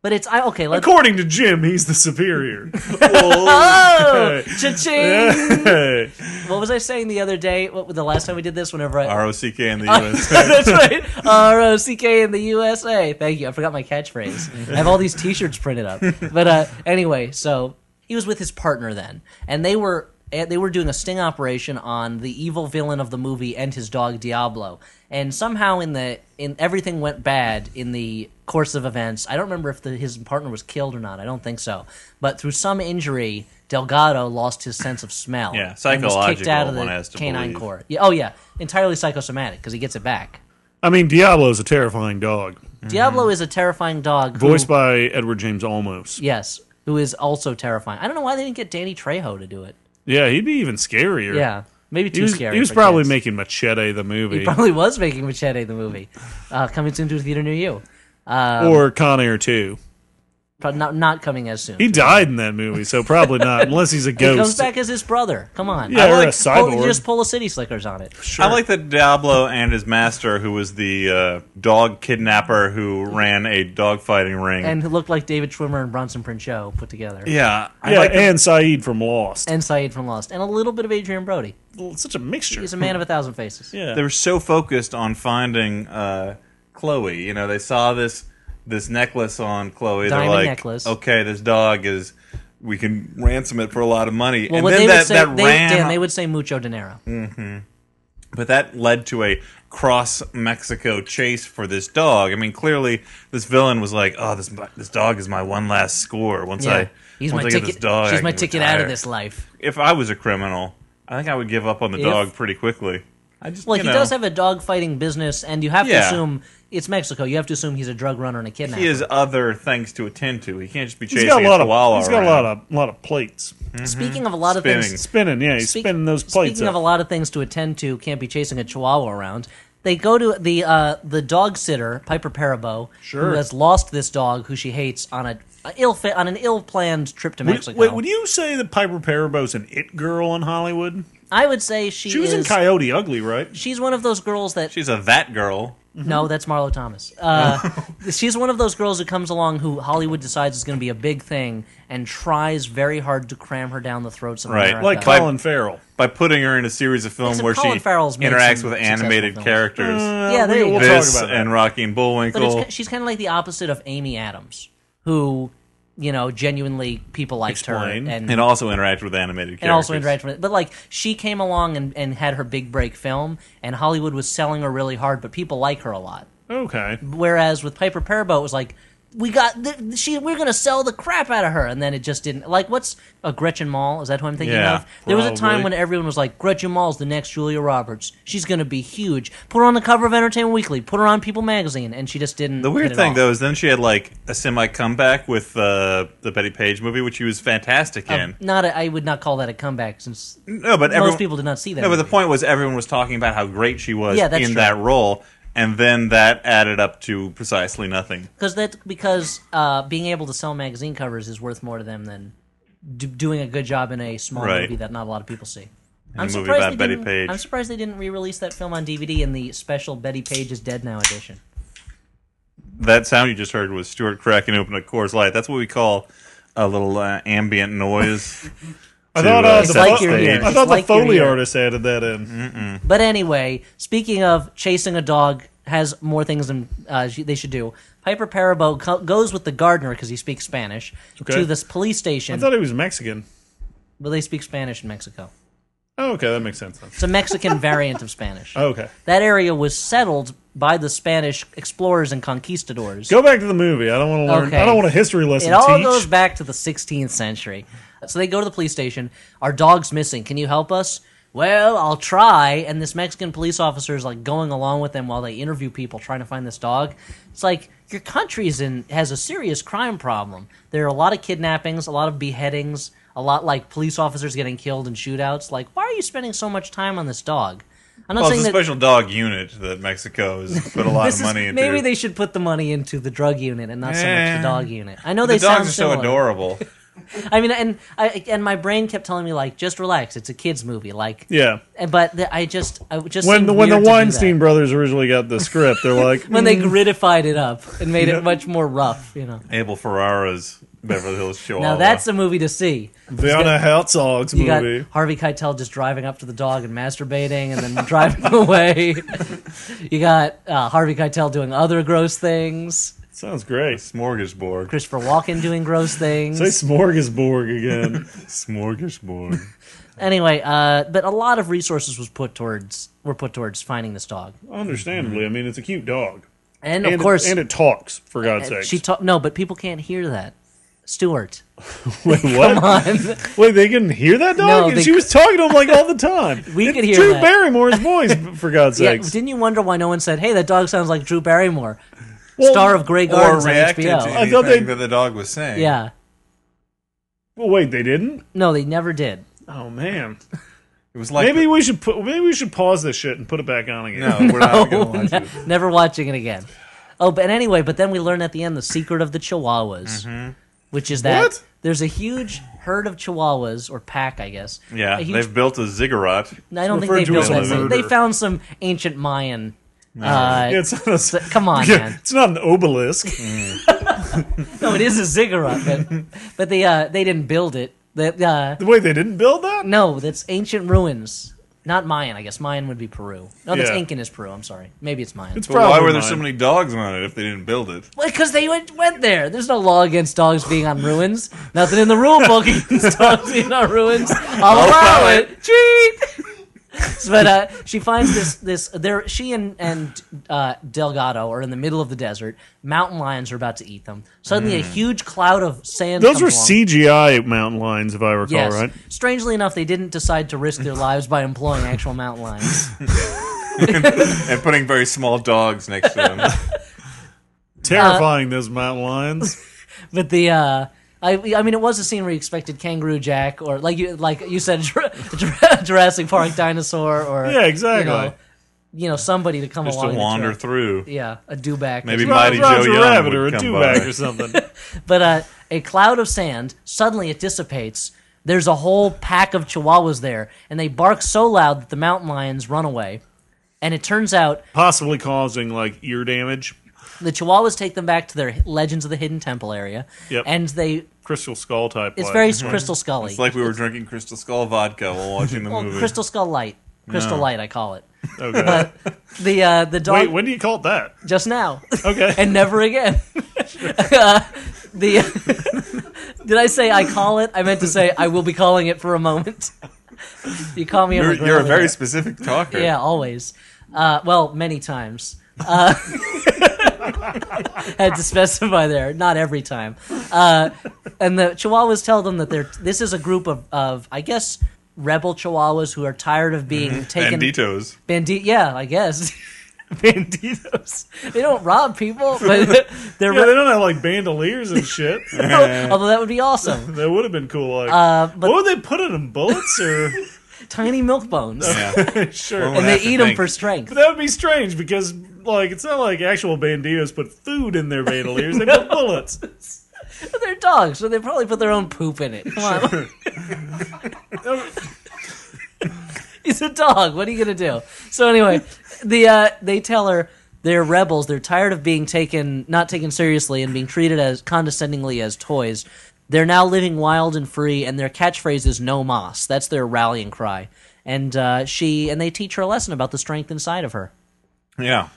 S3: But it's I okay. Let's
S2: According to Jim, he's the superior.
S3: oh, cha-ching.
S2: Hey.
S3: What was I saying the other day? What the last time we did this? Whenever I
S1: R O C K in the U.S.
S3: That's right. R O C K in the USA. Thank you. I forgot my catchphrase. I have all these T-shirts printed up. But uh, anyway, so he was with his partner then, and they were eh, they were doing a sting operation on the evil villain of the movie and his dog Diablo. And somehow in the in everything went bad in the course of events. I don't remember if the, his partner was killed or not. I don't think so. But through some injury, Delgado lost his sense of smell.
S1: Yeah,
S3: and was kicked out
S1: psychological,
S3: of
S1: one
S3: the
S1: has to
S3: canine
S1: believe.
S3: corps. Yeah, oh yeah, entirely psychosomatic because he gets it back.
S2: I mean, Diablo's a terrifying dog,
S3: Diablo is a terrifying dog. who-
S2: voiced by Edward James Olmos.
S3: yes, who is also terrifying. I don't know why they didn't get Danny Trejo to do it.
S2: Yeah, he'd be even scarier.
S3: Yeah, maybe too
S2: he was,
S3: scary.
S2: he was
S3: for
S2: probably
S3: kids.
S2: making Machete the movie
S3: He probably was making Machete the movie, uh, coming soon to a theater near you.
S2: or Con Air Two.
S3: But not not coming as soon.
S2: He died in that movie, so probably not, unless he's a
S3: He comes
S2: ghost.
S3: back as his brother. Come on,
S2: Yeah,
S3: I
S2: or
S3: like-
S2: a cyborg.
S3: pull- just pull a city slickers on it.
S1: I like that Diablo and his master, who was the uh, dog kidnapper who ran a dog fighting ring.
S3: And it looked like David Schwimmer and Bronson Pinchot put together.
S1: yeah, I
S2: yeah,
S1: like the-
S2: and Saeed from Lost.
S3: And Saeed from Lost, and a little bit of Adrian Brody.
S2: Such a mixture.
S3: He's a man of a thousand faces.
S2: yeah.
S1: they were so focused on finding uh, Chloe. You know, they saw this this necklace on Chloe.
S3: Diamond
S1: They're like,
S3: necklace.
S1: okay, this dog is. We can ransom it for a lot of money,
S3: Well,
S1: and
S3: what
S1: then
S3: they
S1: that
S3: would say,
S1: that
S3: they,
S1: ran,
S3: Dan, they would say mucho dinero.
S1: but that led to a cross Mexico chase for this dog. I mean, clearly this villain was like, "Oh, this this dog is my one last score. Once
S3: Yeah.
S1: I
S3: He's
S1: once
S3: my
S1: I get
S3: ticket.
S1: this dog, I
S3: She's
S1: can
S3: my ticket out of
S1: retire."
S3: this life.
S1: If I was a criminal, I think I would give up on the
S3: If-
S1: dog pretty quickly. I just
S3: Well,
S1: you
S3: he
S1: know,
S3: does have a dog fighting business, and you have to
S1: Yeah.
S3: assume it's Mexico. You have to assume he's a drug runner and a kidnapper.
S1: he has other things to attend to. He can't just be
S2: he's
S1: chasing
S2: got a lot
S1: chihuahua
S2: of he's got a
S1: around.
S2: lot of lot of plates.
S3: Speaking of a lot of
S1: Spinning.
S3: things,
S2: mm-hmm. Spinning, yeah, he's
S3: speak-
S2: spinning those plates.
S3: Speaking
S2: up.
S3: of a lot of things to attend to, can't be chasing a chihuahua around. They go to the uh, the dog sitter, Piper Parabo,
S2: Sure.
S3: who has lost this dog who she hates on a a ill fa- on an ill-planned trip to
S2: Would,
S3: Mexico.
S2: wait, would you say that Piper Parabo's an it girl in Hollywood?
S3: I would say she,
S2: She was in
S3: is.
S2: Coyote Ugly, right?
S3: she's one of those girls that
S1: She's a that girl.
S3: No, that's Marlo Thomas. Uh, she's one of those girls who comes along who Hollywood decides is going to be a big thing and tries very hard to cram her down the throats of
S1: Right.
S3: America.
S2: Like
S1: By-
S2: Colin Farrell.
S1: By putting her in a series of films
S3: Except
S1: where
S3: Colin
S1: she
S3: Farrell's made
S1: interacts
S3: some
S1: with
S3: successful
S1: animated
S3: films.
S1: characters.
S3: yeah, there
S2: we,
S3: you go.
S2: Uh, we'll
S1: this
S2: talk about that.
S1: and Rocky and
S3: but it's,
S1: Bullwinkle.
S3: ki- she's kind of like the opposite of Amy Adams, who you know genuinely people liked
S2: Explain.
S3: her and
S1: and also interact with animated characters.
S3: and also interact with it. But like she came along and, and had her big break film, and Hollywood was selling her really hard, but people like her a lot.
S2: Okay.
S3: Whereas with Piper Perabo, it was like we got th- she we're gonna sell the crap out of her, and then it just didn't. Like what's a Gretchen Mall? Is that who I'm thinking
S1: Yeah,
S3: of? There was a time
S1: probably.
S3: when everyone was like, Gretchen Mall's the next Julia Roberts. She's gonna be huge. Put her on the cover of Entertainment Weekly. Put her on People Magazine, and she just didn't.
S1: The weird
S3: hit it
S1: thing
S3: off.
S1: though is then she had like a semi comeback with uh, the Betty Page movie, which she was fantastic in.
S3: Not a, I would not call that a comeback since
S1: no, but
S3: Um, most
S1: everyone,
S3: people did not see that.
S1: No, but the
S3: movie.
S1: point was everyone was talking about how great she was
S3: Yeah,
S1: in
S3: that's true.
S1: that role, and then that added up to precisely nothing.
S3: because that because uh, being able to sell magazine covers is worth more to them than d- doing a good job in a small
S1: Right.
S3: movie that not a lot of people see.
S1: a movie about
S3: they
S1: Betty
S3: didn't-
S1: Page.
S3: I'm surprised they didn't re-release that film on DVD in the special Betty Page is Dead Now edition.
S1: That sound you just heard was Stuart cracking open a Coors Light. That's what we call a little uh, ambient noise.
S2: I thought, uh, the,
S3: set
S2: fo- Mm-hmm.
S3: like you're here.
S2: I thought
S3: Like
S2: the
S3: you're
S2: Foley
S3: here.
S2: artist added that in.
S3: But anyway, speaking of chasing a dog has more things than uh, she- they should do. Piper Parabo co- goes with the gardener because he speaks Spanish
S2: Okay.
S3: to this
S2: I
S3: police station.
S2: thought he was Mexican.
S3: well, they speak Spanish in Mexico.
S2: Oh, okay, that makes sense then. Oh,
S3: It's a Mexican variant of Spanish.
S2: Okay.
S3: That area was settled by the Spanish explorers and conquistadors.
S2: Go back to the movie. I don't want to learn.
S3: Okay.
S2: I don't want a history lesson.
S3: it all
S2: teach.
S3: goes back to the 16th century. So they go to the police station. Our dog's missing. Can you help us? Well, I'll try. And this Mexican police officer is like going along with them while they interview people trying to find this dog. It's like your country's in has a serious crime problem. There are a lot of kidnappings, a lot of beheadings, a lot like police officers getting killed in shootouts. Like, why are you spending so much time on this dog? I'm not
S1: well, it's
S3: saying
S1: a
S3: that
S1: special dog unit that Mexico has put a lot
S3: This
S1: of
S3: is-
S1: money into.
S3: Maybe they should put the money into the drug unit and not so much
S1: Yeah.
S3: the dog unit. I know
S1: the
S3: they sound
S1: dogs are so
S3: similar.
S1: adorable.
S3: I mean, and I and my brain kept telling me like, just relax. It's a kids movie. Like,
S2: Yeah.
S3: and- But the, I just, I just
S2: When
S3: seemed
S2: the when the
S3: weird to do
S2: Weinstein
S3: that.
S2: brothers originally got the script, they're like, "Hmm,
S3: when they
S1: Mm.
S3: gridified it up and made it much more rough. You know.
S1: Abel Ferrara's Beverly Hills Chihuahua.
S3: Now that's a movie to see.
S2: Vienna Herzog's
S3: You got
S2: movie.
S3: Harvey Keitel just driving up to the dog and masturbating, and then driving away. you got uh, Harvey Keitel doing other gross things.
S2: Sounds great.
S1: smorgasbord.
S3: Christopher Walken doing gross things.
S2: Say smorgasbord again.
S1: Smorgasbord.
S3: anyway uh, but a lot of resources was put towards were put towards finding this dog
S2: Understandably, I mean it's a cute dog,
S3: and of
S2: and
S3: course Uh,
S2: it, and it talks for God's sake.
S3: she ta- no but people can't hear that Stuart.
S2: Wait, what? Wait, they couldn't hear that
S3: No,
S2: dog.
S3: they
S2: she was talking to him like all the time.
S3: We
S2: it's
S3: could hear
S2: Drew
S3: that.
S2: Barrymore's voice, for God's
S3: Yeah,
S2: sakes.
S3: didn't you wonder why no one said, "Hey, that dog sounds like Drew Barrymore,
S2: Well,
S3: star of Grey
S1: or
S3: Gardens on
S1: reacted to
S3: HBO"?
S2: I
S1: anything
S2: thought they-
S1: that the dog was saying.
S3: Yeah,
S2: well, wait, they didn't.
S3: no, they never did.
S2: Oh man,
S1: It was like
S2: maybe we should put. Maybe we should pause this shit and put it back on again.
S1: No, we're not going to watch it.
S3: never watching it again. Oh, but anyway, but then we learn at the end the secret of the Chihuahuas, which is that
S2: What?
S3: there's a huge herd of Chihuahuas or pack, I guess.
S1: Yeah,
S3: a huge
S1: they've built a ziggurat.
S3: I don't think
S2: referred
S3: they
S2: to as
S3: built that.
S2: a
S3: thing.
S2: murder.
S3: They found some ancient Mayan. Uh,
S2: It's not a,
S3: so- come on,
S2: yeah,
S3: man.
S2: it's not an obelisk.
S3: No, it is a ziggurat, but, but they uh, they didn't build it. That uh,
S2: Wait, they didn't build that.
S3: no, that's ancient ruins. Not Mayan, I guess. Mayan would be Peru. No, that's
S2: Yeah.
S3: Incan is Peru. I'm sorry. Maybe it's Mayan.
S2: It's
S1: But why
S2: probably
S1: were there
S2: mine.
S1: so many dogs on it if they didn't build it?
S3: Because they went, went there. There's no law against dogs being on ruins. Nothing in the rule book against dogs being on ruins. I'll allow it. Tweet. So, but uh, she finds this this there. She and and uh, Delgado are in the middle of the desert. Mountain lions are about to eat them. Suddenly, a huge cloud of sand.
S2: Those
S3: comes
S2: were
S3: along.
S2: CGI mountain lions, if I recall
S3: Yes. Uh,
S2: right.
S3: Strangely enough, they didn't decide to risk their lives by employing actual mountain lions.
S1: And putting very small dogs next to them.
S2: Terrifying those mountain lions.
S3: But the uh, I I mean, it was a scene where you expected Kangaroo Jack or like you like you said Jur- Jur- Jurassic Park dinosaur or
S2: Yeah, exactly.
S3: You know, you know, somebody to come
S1: Just to
S3: along. and
S1: wander
S3: show-
S1: through.
S3: yeah, a dewback.
S1: Maybe
S3: Maybe.
S1: Mighty
S2: Roger
S1: Joe Young
S2: Rabbit
S1: would
S2: or a
S1: come
S2: two-bag
S1: by.
S2: or something.
S3: But uh, a cloud of sand. Suddenly, it dissipates. There's a whole pack of chihuahuas there, and they bark so loud that the mountain lions run away. And it turns out
S2: possibly causing like ear damage.
S3: the chihuahuas take them back to their Legends of the Hidden Temple area,
S2: Yep.
S3: and they.
S2: Crystal skull type.
S3: It's
S2: like-
S3: very
S1: mm-hmm.
S3: Crystal Scully.
S1: It's like we were drinking Crystal Skull vodka while watching the
S3: Well,
S1: movie.
S3: Crystal Skull Light. Crystal Light, I call it.
S2: Okay.
S3: The uh, the dog
S2: Wait, when do you call it that?
S3: just now
S2: Okay.
S3: and never again. Uh, the did I say I call it? I meant to say I will be calling it for a moment. you call me. on
S1: You're,
S3: the
S1: you're a
S3: ground.
S1: very specific talker.
S3: yeah, always. Uh, well, many times. Uh, had to specify there, not every time. Uh, and the Chihuahuas tell them that they're. This is a group of, of I guess, rebel Chihuahuas who are tired of
S1: Mm-hmm.
S3: being taken.
S1: Banditos.
S3: Bandit, yeah, I guess. Banditos. They don't rob people, but they're.
S2: Yeah, they don't have like bandoliers and shit.
S3: although that would be awesome.
S2: that would have been cool. Like,
S3: Uh, but
S2: what would they put in them? Bullets or
S3: tiny milk bones,
S1: Yeah. One
S2: sure?
S1: would
S3: and they
S1: have to
S3: eat them
S1: think.
S3: for strength.
S2: But that would be strange because like it's not like actual banditos put food in their bandoliers; they put bullets.
S3: But they're dogs, so they probably put their own poop in it. Come on. He's a dog. What are you gonna do? So anyway, the uh, they tell her they're rebels. They're tired of being taken, not taken seriously, and being treated as condescendingly as toys. They're now living wild and free, and their catchphrase is "No mas." That's their rallying cry. And uh, she and they teach her a lesson about the strength inside of her.
S1: Yeah.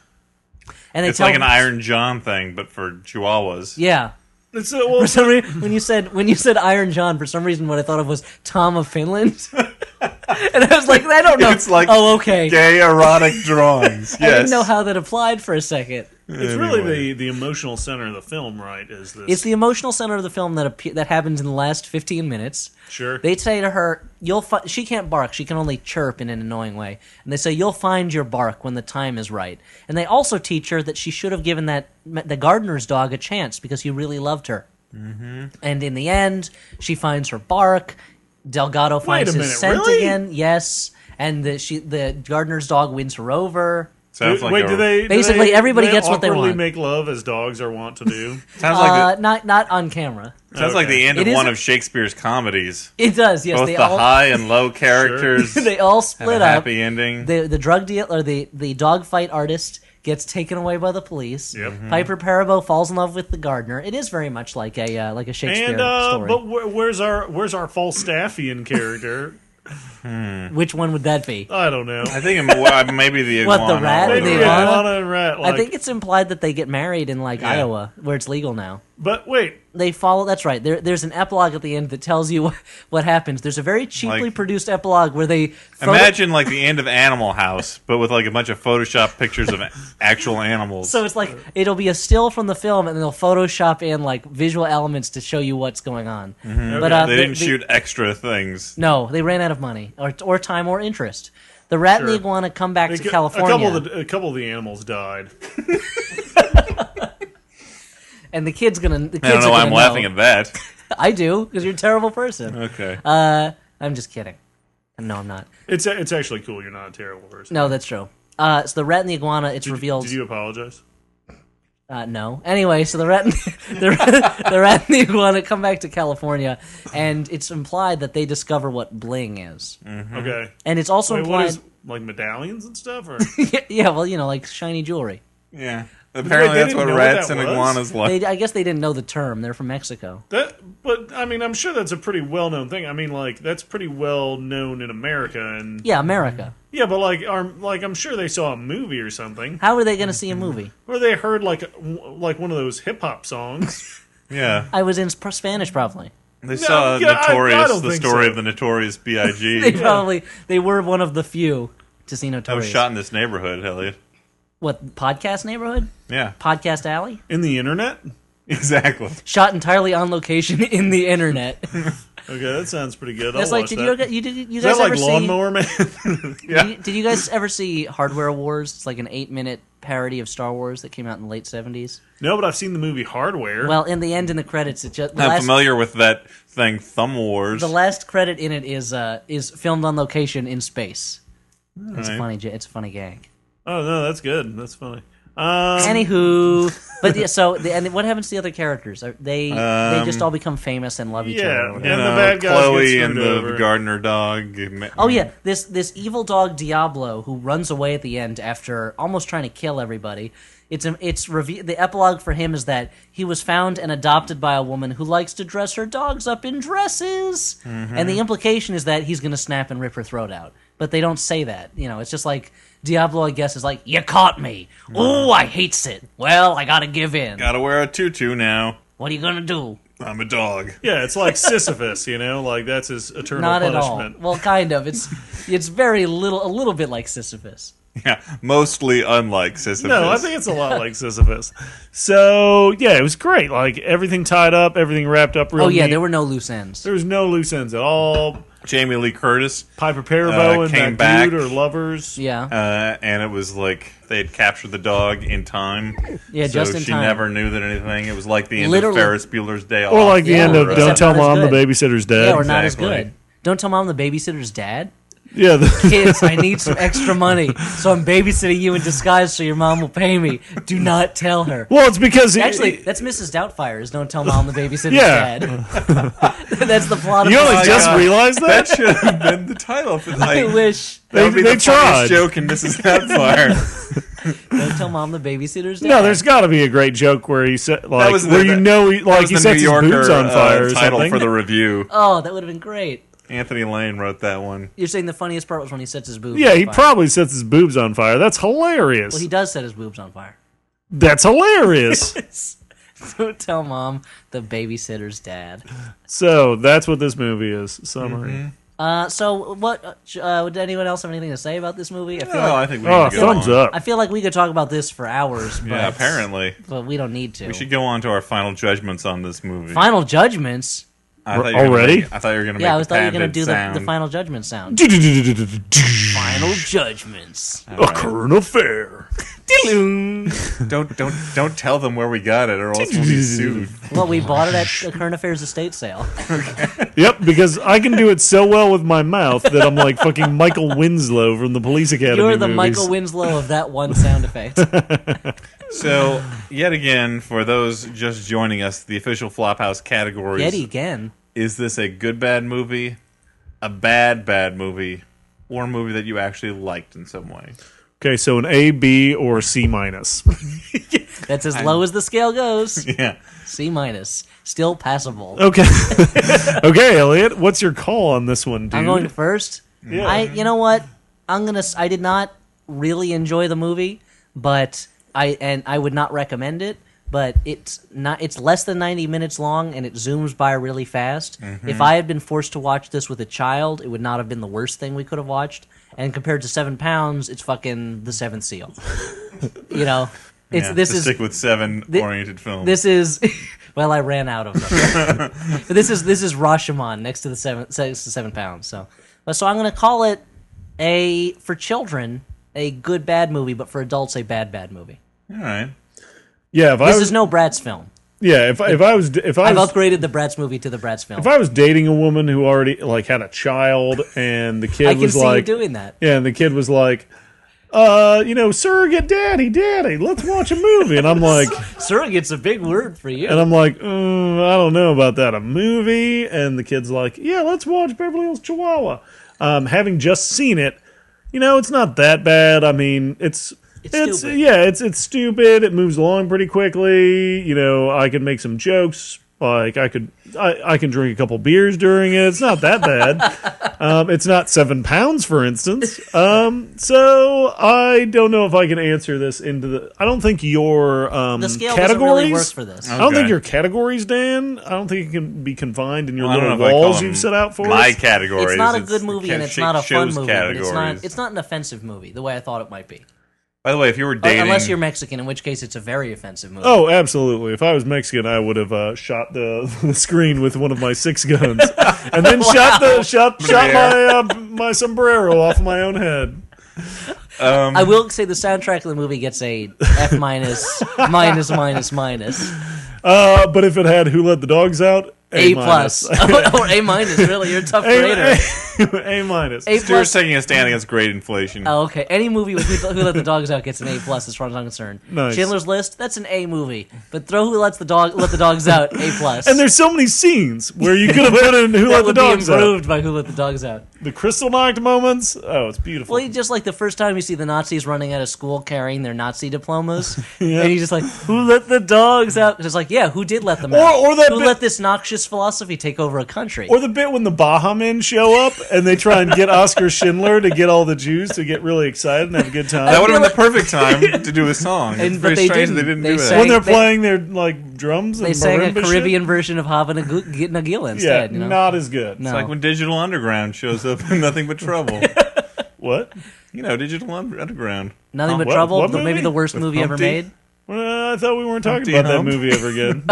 S3: And they
S1: It's
S3: tell
S1: like an
S3: them-
S1: Iron John thing, but for Chihuahuas.
S3: Yeah.
S2: It's uh, well,
S3: For some reason, when you said when you said Iron John, for some reason, what I thought of was Tom of Finland, and I was like, I don't know.
S1: It's like
S3: oh, okay.
S1: Gay erotic drawings. Yes.
S3: I didn't know how that applied for a second.
S2: it's really the the emotional center of the film, right? Is this
S3: It's the emotional center of the film that appe- that happens in the last 15 minutes.
S2: sure?
S3: They say to her, "You'll fi- she can't bark, she can only chirp in an annoying way." And they say, "You'll find your bark when the time is right." And they also teach her that she should have given that the gardener's dog a chance because he really loved her. Mm-hmm. And in the end, she finds her bark. Delgado finds his
S2: minute,
S3: scent
S2: really?
S3: again. Yes, and the she the gardener's dog wins her over.
S1: Sounds like
S2: Wait,
S1: a-
S2: do they do
S3: Basically,
S2: they-
S3: everybody
S2: do
S3: gets what they
S2: awkwardly
S3: want.
S2: Make love as dogs are wont to do.
S1: Sounds like
S3: uh,
S1: the,
S3: not not on camera.
S1: sounds like
S2: okay.
S1: the end
S3: Uh, It
S1: of
S3: is
S1: one
S3: a-
S1: of Shakespeare's comedies.
S3: It does. Yes,
S1: Both
S3: they
S1: the
S3: all
S1: high and low characters
S3: they all
S1: have a
S3: split up.
S1: happy ending.
S3: the the drug deal or the the dogfight artist gets taken away by the police.
S2: Yep. Mhm.
S3: Piper Parabo falls in love with the gardener. It is very much like a uh, like a Shakespeare
S2: and uh,
S3: story.
S2: but where, where's our where's our Falstaffian character?
S3: Which one would that be?
S2: I don't know.
S1: I think it- well, maybe the
S3: What,
S1: iguana.
S3: the rat
S1: or
S3: and
S2: Maybe
S3: the
S1: the
S3: iguana?
S2: Lana and Rat. Like,
S3: I think it's implied that they get married in like Iowa, where it's legal now.
S2: but wait,
S3: They follow. That's right. There, there's an epilogue at the end that tells you what happens. There's a very cheaply
S1: Like-
S3: produced epilogue where they photo-
S1: Imagine like the end of Animal House, but with like a bunch of Photoshop pictures of a- actual animals.
S3: So it's like it'll be a still from the film, and they'll Photoshop in like visual elements to show you what's going on. But uh,
S1: they
S3: the-
S1: didn't
S3: the-
S1: shoot extra things.
S3: No, they ran out of money or, or time or interest. The rat and the
S2: Sure.
S3: iguana come back
S2: a,
S3: to
S2: cou- a
S3: California,
S2: couple of the, a couple of the animals died.
S3: and the kid's gonna. The kids
S1: I don't know
S3: are
S1: why
S3: gonna
S1: I'm laughing at that.
S3: I do because you're a terrible person.
S1: Okay.
S3: Uh, I'm just kidding. No, I'm not.
S2: It's a- it's actually cool. You're not a terrible person.
S3: No, that's true. Uh, so the rat and the iguana. It's revealed.
S2: Did you apologize?
S3: Uh, no. Anyway, so the rat, and the, rat, the rat and the iguana come back to California, and it's implied that they discover what bling is,
S1: Mm. Mm-hmm.
S2: Okay.
S3: and it's also
S2: Wait,
S3: implied.
S2: what is like medallions and stuff? Or
S3: yeah, well, you know, like shiny jewelry.
S1: yeah. Apparently
S2: they
S1: that's
S2: didn't
S1: what
S2: know what
S1: rats
S2: that
S1: and
S2: was?
S1: iguanas like.
S3: They, I guess they didn't know the term. They're from Mexico.
S2: that, but I mean, I'm sure that's a pretty well known thing. I mean, like that's pretty well known in America, and
S3: Yeah, America.
S2: yeah, but like, are, like I'm sure they saw a movie or something,
S3: How are they going to see a movie?
S2: or they heard like a- like one of those hip hop songs.
S1: Yeah.
S3: I was in sp- Spanish, probably.
S1: They saw
S2: yeah, I- I
S1: Notorious,
S2: don't
S1: the
S2: think
S1: story
S2: so.
S1: of the Notorious
S3: They
S1: B.I.G.
S3: probably they were one of the few to see
S2: Oh,
S1: I was
S3: Notorious.
S1: shot in this neighborhood, Elliot.
S3: What podcast neighborhood?
S1: Yeah.
S3: Podcast alley?
S2: in the internet.
S1: Exactly.
S3: Shot entirely on location in the internet.
S2: Okay, that sounds pretty good.
S3: That's
S2: I'll
S3: like
S2: watch
S3: did
S2: that.
S3: you, you did you
S2: Is that
S3: guys
S2: like
S3: ever
S2: Lawnmower Man?
S3: see? Did, you, did you guys ever see Hardware Wars? It's like an eight minute parody of Star Wars that came out in the late seventies.
S2: no, but I've seen the movie Hardware.
S3: Well, in the end, in the credits, it just the
S1: I'm
S3: last,
S1: familiar with that thing, Thumb Wars.
S3: the last credit in it is uh, is filmed on location in space. It's
S1: Alright.
S3: funny. j- It's a funny gag.
S2: oh no, that's good. That's funny. Um,
S3: Anywho, but yeah, so the, and what happens to the other characters? Are they they just all become famous and love each
S2: yeah,
S3: other. or whatever.
S2: And the
S1: No,
S2: bad guys get
S1: Chloe
S2: screwed
S1: and the
S2: over.
S1: gardener dog.
S3: Oh yeah, this this evil dog Diablo who runs away at the end after almost trying to kill everybody. It's it's reve- the epilogue for him is that he was found and adopted by a woman who likes to dress her dogs up in dresses, and the implication is that he's going to snap and rip her throat out. But they don't say that. You know, it's just like Diablo. I guess is like, you caught me. Ooh, I hates it. Well, I gotta give in.
S1: Gotta wear a tutu now.
S3: What are you gonna do?
S1: I'm a dog.
S2: Yeah, it's like Sisyphus, you know, like that's his eternal
S3: Not at all.
S2: punishment.
S3: Well, kind of. It's it's very little, a little bit like Sisyphus.
S1: Yeah, mostly unlike Sisyphus.
S2: No, I think it's a lot like Sisyphus. So yeah, it was great. Like everything tied up, everything wrapped up. Real
S3: Oh yeah,
S2: neat.
S3: there were no loose ends.
S2: there was no loose ends at all.
S1: Jamie Lee Curtis,
S2: Piper Perabo
S1: Uh,
S2: and
S1: came
S2: that
S1: back.
S2: dude or lovers.
S3: Yeah.
S1: uh, and it was like they had captured the dog in time.
S3: Yeah,
S1: so
S3: just in
S1: she
S3: time.
S1: never knew that anything. It was like the end
S3: Literally.
S1: of Ferris Bueller's Day Off,
S2: Or like the
S3: Yeah,
S2: end of
S3: right.
S2: Don't
S3: Except
S2: Tell
S3: not
S2: Mom
S3: as
S2: the
S3: good.
S2: Babysitter's
S3: yeah,
S2: Dead.
S3: or not as
S1: exactly.
S3: good. Don't tell mom the babysitter's dad.
S2: Yeah, the-
S3: Kids, I need some extra money, so I'm babysitting you in disguise so your mom will pay me. Do not tell her.
S2: well, it's because
S3: Actually, that's Mrs. Doubtfire. Is don't tell mom the babysitter's
S2: Yeah.
S3: dad. that's the plot of
S2: you
S3: the
S2: only
S3: show.
S2: just
S1: God.
S2: realized that.
S1: That should have been the title for the
S3: I wish.
S1: That would be
S2: They-
S1: the
S2: they tried.
S1: funniest joke in Mrs. Doubtfire.
S3: Don't tell mom the babysitter's dad.
S2: No, there's got to be a great joke where he said, like,
S1: was the-
S2: where you
S1: that-
S2: know, he,
S1: That
S2: like
S1: was
S2: he
S1: the New
S2: sets his
S1: Yorker
S2: boots on fire
S1: uh,
S2: or
S1: title
S2: something.
S1: for the review.
S3: Oh, that would have been great.
S1: Anthony Lane wrote that one.
S3: You're saying the funniest part was when he sets his boobs.
S2: yeah,
S3: on
S2: he
S3: fire.
S2: probably sets his boobs on fire. That's hilarious.
S3: Well, he does set his boobs on fire.
S2: That's hilarious.
S3: Don't tell mom the babysitter's dad.
S2: so that's what this movie is. Summary.
S3: Uh, so what? uh, sh- Uh, would anyone else have anything to say about this movie? I feel
S1: Oh,
S3: like
S1: I think we
S2: Oh,
S1: need to go
S2: thumbs
S1: on.
S2: up.
S3: I feel like we could talk about this for hours, but,
S1: Yeah, apparently.
S3: but we don't need to.
S1: We should go on to our final judgments on this movie.
S3: Final judgments.
S1: I thought you were gonna
S2: Already?
S1: make- I thought you were going to make
S3: Yeah, I
S1: the
S3: was thought you were gonna
S1: patented
S3: do the, the
S1: sound.
S3: final judgment sound. final judgments.
S2: A current affair.
S1: Don't don't don't tell them where we got it, or else we'll be sued.
S3: well, we bought it at the current affairs estate sale.
S2: Yep, because I can do it so well with my mouth that I'm like fucking Michael Winslow from the Police Academy.
S3: You're the
S2: movies.
S3: Michael Winslow of that one sound effect.
S1: So, yet again, for those just joining us, the official Flophouse categories:
S3: Yet again.
S1: is this a good bad movie, a bad bad movie, or a movie that you actually liked in some way?
S2: Okay, so an A, B, or C minus.
S3: That's as low as the scale goes.
S1: Yeah,
S3: C minus. Still passable.
S2: Okay, okay, Elliot, what's your call on this one, dude?
S3: I'm going first. I you know what? I'm gonna. s- I did not really enjoy the movie, but I and I would not recommend it. But it's not. It's less than 90 minutes long, and it zooms by really fast. If I had been forced to watch this with a child, it would not have been the worst thing we could have watched. And compared to Seven Pounds, it's fucking The Seventh Seal. you know, it's
S1: Yeah,
S3: this
S1: to
S3: is
S1: stick with seven oriented films.
S3: this is well, I ran out of them. But this is this is Rashomon next to the seven next to seven pounds. So, but so I'm gonna call it a for children a good bad movie, but for adults a bad bad movie.
S1: All right,
S2: Yeah, if I
S3: This
S2: was,
S3: is no Bratz film.
S2: yeah, if I, if I was if I
S3: I've
S2: was
S3: upgraded the Bratz movie to the Bratz film.
S2: if I was dating a woman who already like had a child and the kid
S3: I can
S2: was
S3: see
S2: like,
S3: you doing that.
S2: yeah, and the kid was like, uh, you know, surrogate daddy, daddy, let's watch a movie, and I'm like,
S3: Surrogate's a big word for you.
S2: and I'm like, mm, I don't know about that, a movie, and the kid's like, yeah, let's watch Beverly Hills Chihuahua. Um, having just seen it, you know, it's not that bad. I mean, it's.
S3: It's
S2: It's
S3: stupid.
S2: yeah, it's it's stupid. It moves along pretty quickly. You know, I can make some jokes. Like I could, I, I can drink a couple beers during it. It's not that bad. um, it's not seven pounds, for instance. Um, so I don't know if I can answer this into the. I don't think your um,
S3: The scale doesn't
S2: categories
S3: really work for this.
S2: I don't think
S1: Okay.
S2: your categories, Dan. I don't think it can be confined in your
S1: I
S2: little
S1: don't know if I call
S2: walls
S1: them
S2: you've set out for
S1: my
S2: us.
S1: categories.
S3: It's not a good
S1: the
S3: movie
S1: ca-
S3: and it's not a fun
S1: shows
S3: movie. But it's not
S1: categories.
S3: it's not an offensive movie the way I thought it might be.
S1: By the way, if you were dating,
S3: Unless you're Mexican, in which case it's a very offensive movie.
S2: Oh, absolutely. If I was Mexican, I would have uh, shot the, the screen with one of my six guns, and then shot the shot shot my uh, my sombrero off my own head.
S1: um,
S3: I will say the soundtrack of the movie gets a F minus minus minus minus
S2: Uh, but if it had "Who Let the Dogs Out,"
S3: A
S2: minus.
S3: plus or A minus. Really, you're a tough
S2: A-
S3: grader.
S2: A- a minus.
S3: A
S1: Stuart's
S3: plus.
S1: taking a stand against great inflation.
S3: Oh, okay. Any movie with Who Who Let the Dogs Out gets an A plus, as far as I'm concerned.
S2: Nice.
S3: Chandler's List, that's an A movie. But throw Who Lets the Dog Let the Dogs Out, A plus.
S2: And there's so many scenes where you could have put in who
S3: that
S2: let the
S3: would
S2: dogs
S3: be
S2: out.
S3: improved by Who Let the Dogs Out.
S2: The crystal knocked moments. Oh, it's beautiful.
S3: Well, you just like the first time you see the Nazis running out of school carrying their Nazi diplomas, and you're just like, "Who let the dogs out?" 'Cause It's like, yeah, who did let them out?
S2: or that
S3: who
S2: bit-
S3: let this noxious philosophy take over a country?
S2: Or the bit when the Baja men show up and they try and get Oscar Schindler to get all the Jews to get really excited and have a good
S1: That
S2: time.
S1: would have been the perfect time to do a song.
S3: And-
S1: it's
S3: but
S1: very
S3: they
S1: strange
S3: didn't.
S1: that they didn't
S3: They
S1: do that.
S3: sang-
S2: When they're
S3: they-
S2: playing their like drums and
S3: they sang a
S2: marimba shit?
S3: Caribbean version of Hava Nagila
S2: Yeah,
S3: instead. You know?
S2: not as good.
S3: No.
S1: It's like when Digital Underground shows up in Nothing But Trouble.
S2: What?
S1: you know, Digital Un- Underground.
S3: Nothing but
S2: what-
S3: trouble.
S2: what
S3: the- maybe
S2: movie?
S3: the worst
S1: With
S3: movie ever
S1: Humpty?
S3: made.
S2: Well, I thought we weren't
S1: Humpty
S2: talking about that
S1: Hump.
S2: movie ever again.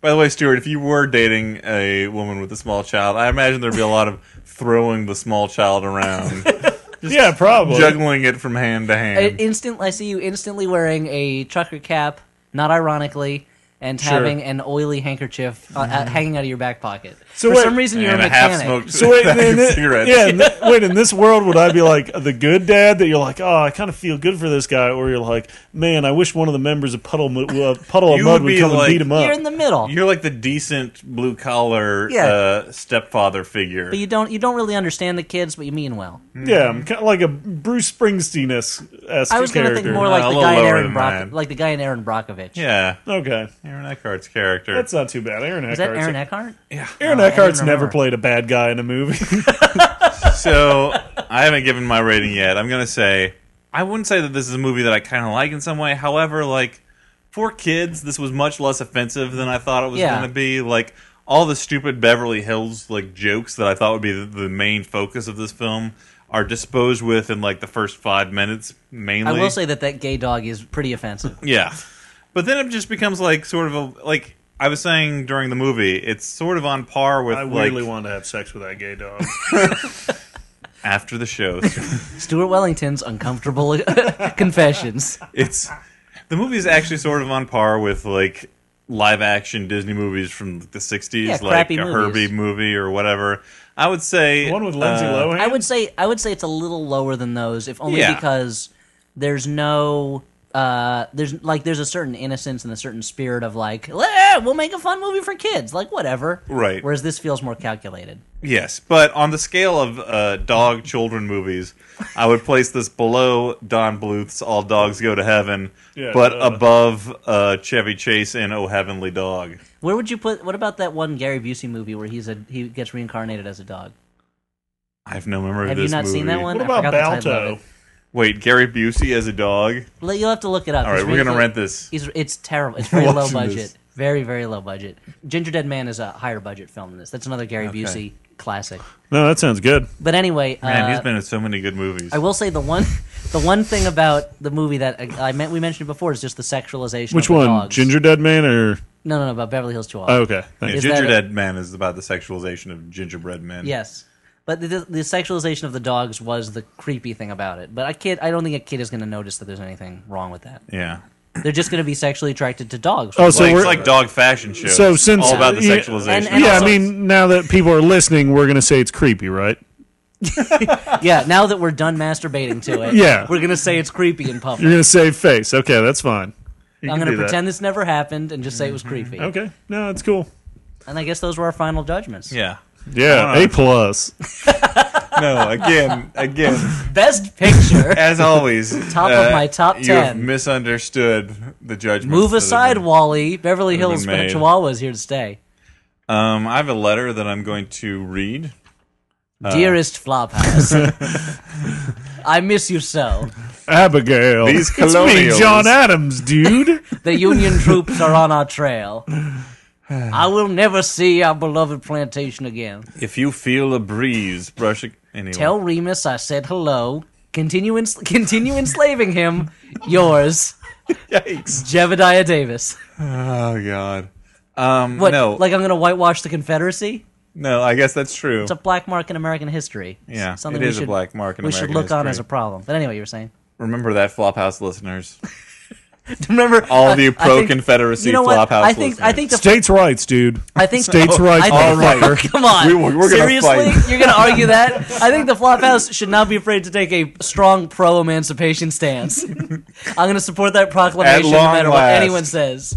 S1: By the way, Stuart, if you were dating a woman with a small child, I imagine there'd be a lot of throwing the small child around,
S2: yeah, probably.
S1: juggling it from hand to
S3: I,
S1: hand.
S3: instant, I see you instantly wearing a trucker cap, not ironically, and having an oily handkerchief uh, uh, hanging out of your back pocket.
S2: Mm-hmm. So
S3: For
S2: wait-
S3: some reason, you're
S1: and
S3: a
S1: a half
S3: mechanic.
S1: smoked
S2: So wait,
S1: pack
S2: in
S1: of
S2: thi-
S1: cigarettes.
S2: yeah, in thi- wait. In this world, would I be like the good dad that you're like, oh, I kind of feel good for this guy, or you're like, man, I wish one of the members of Puddle Mu- uh, Puddle of
S1: You
S2: Mud
S1: would
S2: would
S1: be
S2: come
S1: like-
S2: and beat him up.
S3: You're in the middle.
S1: You're like the decent blue collar
S3: Yeah.
S1: uh, stepfather figure.
S3: But you don't you don't really understand the kids, but you mean well.
S2: yeah, I'm kind of like a Bruce Springsteen esque
S3: I was going to
S2: character.
S3: think more
S1: No,
S3: like
S1: Uh, a
S3: the
S1: little
S3: guy in
S1: lower
S3: Aaron
S1: than
S3: Brock,
S1: that.
S3: like the guy in Aaron Brockovich.
S1: yeah,
S2: okay,
S1: Aaron Eckhart's character.
S2: that's not too bad. Aaron
S3: Is that
S2: Eckhart's
S3: Aaron uh, Eckhart?
S1: yeah.
S2: Aaron
S3: I didn't
S2: Eckhart's never
S3: remember.
S2: played a bad guy in a movie.
S1: So I haven't given my rating yet. I'm gonna say I wouldn't say that this is a movie that I kind of like in some way. However, like for kids, this was much less offensive than I thought it was
S3: Yeah.
S1: gonna be. Like all the stupid Beverly Hills like jokes that I thought would be the, the main focus of this film are disposed with in like the first five minutes mainly.
S3: I will say that that gay dog is pretty offensive.
S1: Yeah. But then it just becomes like sort of a like I was saying during the movie, it's sort of on par with
S2: I
S1: like
S2: really wanted to have sex with that gay dog.
S1: after the show.
S3: Stuart Wellington's uncomfortable confessions.
S1: it's the movie is actually sort of on par with like live action Disney movies from the 60s,
S3: Yeah,
S1: like
S3: crappy
S1: a
S3: movies.
S1: Herbie movie or whatever. I would say
S2: The one with Lindsay
S1: uh,
S2: Lohan.
S3: I would say I would say it's a little lower than those, if only
S1: Yeah.
S3: because there's no uh there's like there's a certain innocence and a certain spirit of like "Eh, we'll make a fun movie for kids like whatever
S1: Right.
S3: whereas this feels more calculated
S1: Yes, but on the scale of uh, dog children movies, I would place this below Don Bluth's All Dogs Go to Heaven,
S2: Yeah,
S1: but
S2: uh,
S1: above uh, Chevy Chase in Oh Heavenly Dog.
S3: where would you put what about that one Gary Busey movie where he's a he gets reincarnated as a dog
S1: I have no memory of
S3: Have you
S1: this
S3: not seen that
S1: movie.
S3: one?
S2: what
S3: I
S2: about
S3: forgot the title of
S2: Balto?
S3: it.
S1: Wait, Gary Busey as a dog?
S3: Let- You'll have to look it up.
S1: All right,
S3: It's
S1: we're gonna
S3: really-
S1: rent this.
S3: He's, it's terrible. It's very low
S1: watching
S3: budget.
S1: this.
S3: Very, very low budget. Ginger Dead Man is a higher budget film than this. That's another Gary Busey classic.
S2: No, that sounds good.
S3: But anyway,
S1: Man,
S3: uh,
S1: he's been in so many good movies.
S3: I will say the one, the one thing about the movie that I, I meant we mentioned before is just the sexualization.
S2: Which
S3: of the
S2: one,
S3: Dogs.
S2: Ginger Dead Man or?
S3: No, no, no. About Beverly Hills Chihuahua.
S2: Oh, okay,
S1: Yeah,
S2: thanks.
S3: Is that
S1: Ginger
S3: a-
S1: Dead Man is about the sexualization of gingerbread men.
S3: Yes, but the, the sexualization of the dogs was the creepy thing about it. But a kid, I don't think a kid is going to notice that there's anything wrong with that.
S1: Yeah.
S3: They're just going to be sexually attracted to dogs.
S2: Oh,
S1: It's
S2: So
S1: like, it's
S2: we're-
S1: like dog fashion shows.
S2: So since
S1: all about the
S2: yeah,
S1: sexualization.
S3: and-
S1: of
S3: and
S2: yeah,
S1: dogs.
S2: I mean, now that people are listening, we're gonna say it's creepy, right?
S3: yeah. Now that we're done masturbating to it,
S2: Yeah.
S3: we're going to say it's creepy in public.
S2: You're gonna say face. Okay, that's fine. You
S3: I'm
S2: can
S3: going to
S2: do that. Mm-hmm. Oh.
S3: pretend this never happened and just say it was creepy.
S2: Okay, no, it's cool.
S3: And I guess those were our final judgments.
S1: yeah.
S2: Yeah,
S1: I
S2: A
S1: don't
S2: plus.
S1: No, again, again,
S3: Best picture.
S1: as always, uh,
S3: Top of my top
S1: You have
S3: 10.
S1: misunderstood the judgment.
S3: Move aside, Wally. Beverly
S1: been
S3: Hills
S1: made.
S3: Chihuahua is here to stay.
S1: Um, I have a letter that I'm going to read. Uh.
S3: Dearest Flophouse, I miss you so.
S2: Abigail.
S1: These
S2: it's me,
S1: colonials.
S2: John Adams, dude.
S3: The Union troops are on our trail. I will never see our beloved plantation again.
S1: If you feel a breeze brushing, anyway,
S3: Tell Remus I said hello. Continue, ens- continue enslaving him. Yours,
S1: yikes!
S3: Jebediah Davis.
S1: Oh God. Um,
S3: What?
S1: no,
S3: Like I'm gonna whitewash the Confederacy?
S1: no. I guess that's true.
S3: It's a black mark in American history. S-
S1: yeah,
S3: something
S1: it
S3: we
S1: is
S3: should,
S1: a black mark. In
S3: we
S1: American
S3: should look on
S1: history.
S3: as a problem. But anyway, you were saying
S1: Remember that, Flophouse listeners.
S3: Remember
S1: All the
S3: I- I
S1: pro
S3: think-
S1: Confederacy
S3: You know what?
S1: flophouse
S3: I think I
S1: listeners.
S3: think the
S2: States' rights, dude.
S3: I think
S2: states'
S3: oh,
S2: rights.
S3: I think-
S2: all right.
S3: Come on,
S1: We- we're gonna
S3: seriously,
S1: fight.
S3: you're going to argue that? I think the Flophouse should not be afraid to take a strong pro emancipation stance. I'm going to support that proclamation no
S1: long
S3: matter what
S1: last.
S3: anyone says.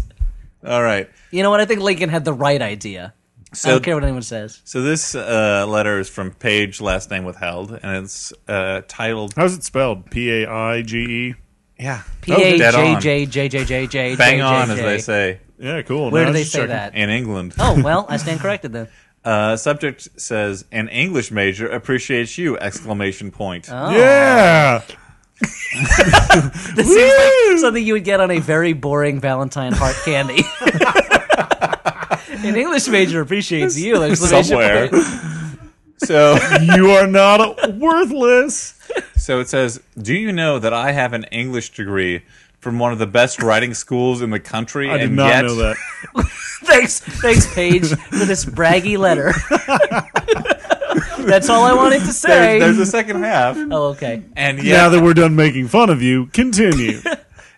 S1: All right.
S3: You know what? I think Lincoln had the right idea. I
S1: So
S3: don't care what anyone says.
S1: so this uh, letter is from Page, last name withheld, and it's uh, titled
S2: How's it spelled? P A I G E.
S1: yeah
S3: Oh, P A
S1: dead
S3: J
S1: on.
S3: J J J J J.
S1: bang
S3: J,
S1: on
S3: J,
S1: as
S3: J.
S1: they say
S2: Yeah, cool.
S3: Where
S2: No,
S3: do they
S2: just
S3: say
S2: checking.
S3: that?
S1: in England.
S3: Oh well, I stand corrected then.
S1: Uh, subject says an English major appreciates you! Exclamation point.
S2: Yeah.
S3: Oh. This seems like something you would get on a very boring Valentine heart candy. An English major appreciates you. exclamation
S1: Somewhere.
S3: point.
S1: so
S2: you are not worthless.
S1: so it says, do you know that I have an English degree? From one of the best writing schools in the country,
S2: I did
S1: and
S2: not
S1: yet
S2: know that.
S3: thanks, thanks, Paige, for this braggy letter. That's all I wanted to say.
S1: there's, there's a second half,
S3: oh, okay.
S1: and
S2: Now
S1: yet
S2: that we're done making fun of you, continue.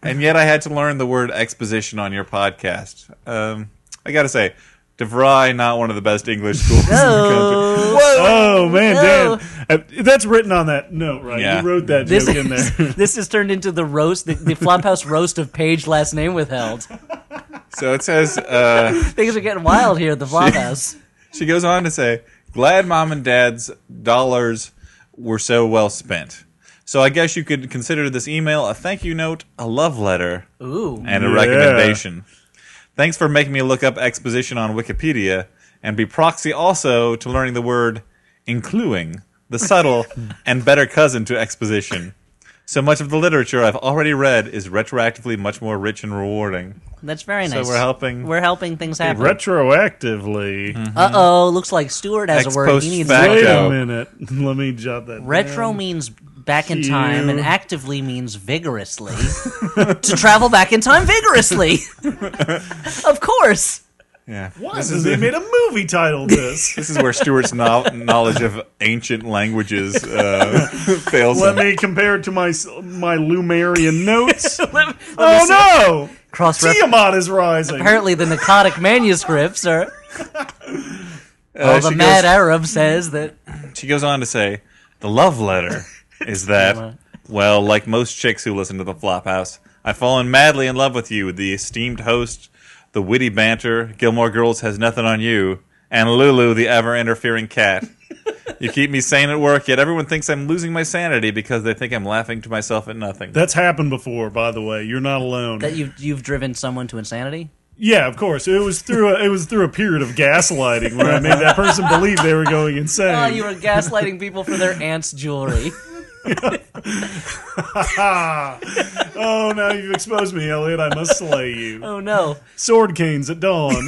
S1: and yet I had to learn the word exposition on your podcast. Um, I gotta say, DeVry, not one of the best English schools in the country.
S3: Oh,
S2: oh man,
S3: No.
S2: Dan, Uh, that's written on that note, right?
S1: Yeah.
S2: You wrote that
S3: this
S2: joke in there.
S3: is, this has turned into the roast, the, the Flophouse roast of Paige last name withheld.
S1: So it says uh,
S3: Things are getting wild here at the Flophouse.
S1: She goes on to say, "Glad mom and dad's dollars were so well spent." So I guess you could consider this email a thank you note, a love letter,
S3: Ooh,
S1: and a
S2: Yeah.
S1: recommendation. Thanks for making me look up exposition on Wikipedia and be proxy also to learning the word including, the subtle and better cousin to exposition. So much of the literature I've already read is retroactively much more rich and rewarding.
S3: that's very
S1: So
S3: nice.
S1: we're helping.
S3: We're helping things happen.
S2: Retroactively.
S1: Mm-hmm.
S3: Uh oh, looks like Stewart has
S1: Ex
S3: a word.
S1: post
S3: He needs
S1: facto.
S2: Wait
S3: retro.
S2: a
S1: Echo.
S2: minute. Let me jot that.
S3: Retro means back in time, and
S2: Cute.
S3: actively means vigorously. to travel back in time vigorously, of course.
S1: Yeah.
S2: Down.
S1: This
S2: This
S1: is
S2: they made a movie titled this.
S1: This is where Stuart's no- knowledge of ancient languages uh, fails
S2: Let
S1: him.
S2: me compare it to my s- my Lumerian notes.
S3: Let me- let me see-
S2: oh
S3: Cross
S2: no!
S3: reference.
S2: Tiamat is rising.
S3: Apparently, the Nakotic manuscripts are.
S1: Uh,
S3: the
S1: she,
S3: mad
S1: goes,
S3: Arab says that.
S1: she goes on to say, the love letter is that, well, like most chicks who listen to the Flophouse, I've fallen madly in love with you, the esteemed host, the witty banter, Gilmore Girls has nothing on you, and Lulu, the ever interfering cat. You keep me sane at work, yet everyone thinks I'm losing my sanity because they think I'm laughing to myself at nothing.
S2: That's happened before, by the way. You're not alone.
S3: That you you've driven someone to insanity.
S2: Yeah, of course. It was through a, it was through a period of gaslighting where I made that person believe they were going insane.
S3: Oh, you were gaslighting people for their aunt's jewelry.
S2: oh, now you've exposed me, Elliot. I must slay you.
S3: Oh no,
S2: Sword canes at dawn.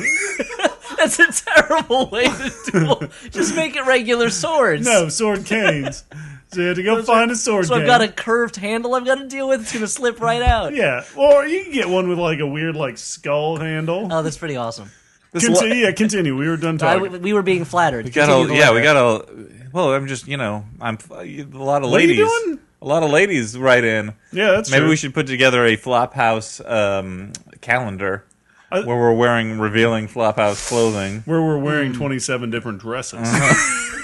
S3: that's a terrible way to duel. Just make it regular swords.
S2: No, sword canes. So you had to go find a sword
S3: So
S2: cane.
S3: I've got a curved handle I've got to deal with. It's gonna slip right out.
S2: yeah, or you can get one with like a weird like skull handle.
S3: Oh, that's pretty awesome.
S1: This lo-
S2: Continue, yeah, continue. We were done
S3: I,
S2: talking.
S3: we, we were being flattered.
S1: gotta,
S3: Continue the
S1: yeah,
S3: letter.
S1: we gotta. Well, I'm just, you know, I'm a lot of
S2: are you
S1: ladies.
S2: doing?
S1: A lot of ladies write in.
S2: yeah, that's
S1: Maybe
S2: true.
S1: we should put together a Flophouse um, calendar
S2: I-
S1: where we're wearing revealing Flophouse clothing.
S2: Where we're
S1: Hmm.
S2: wearing twenty-seven different dresses.
S1: Uh-huh.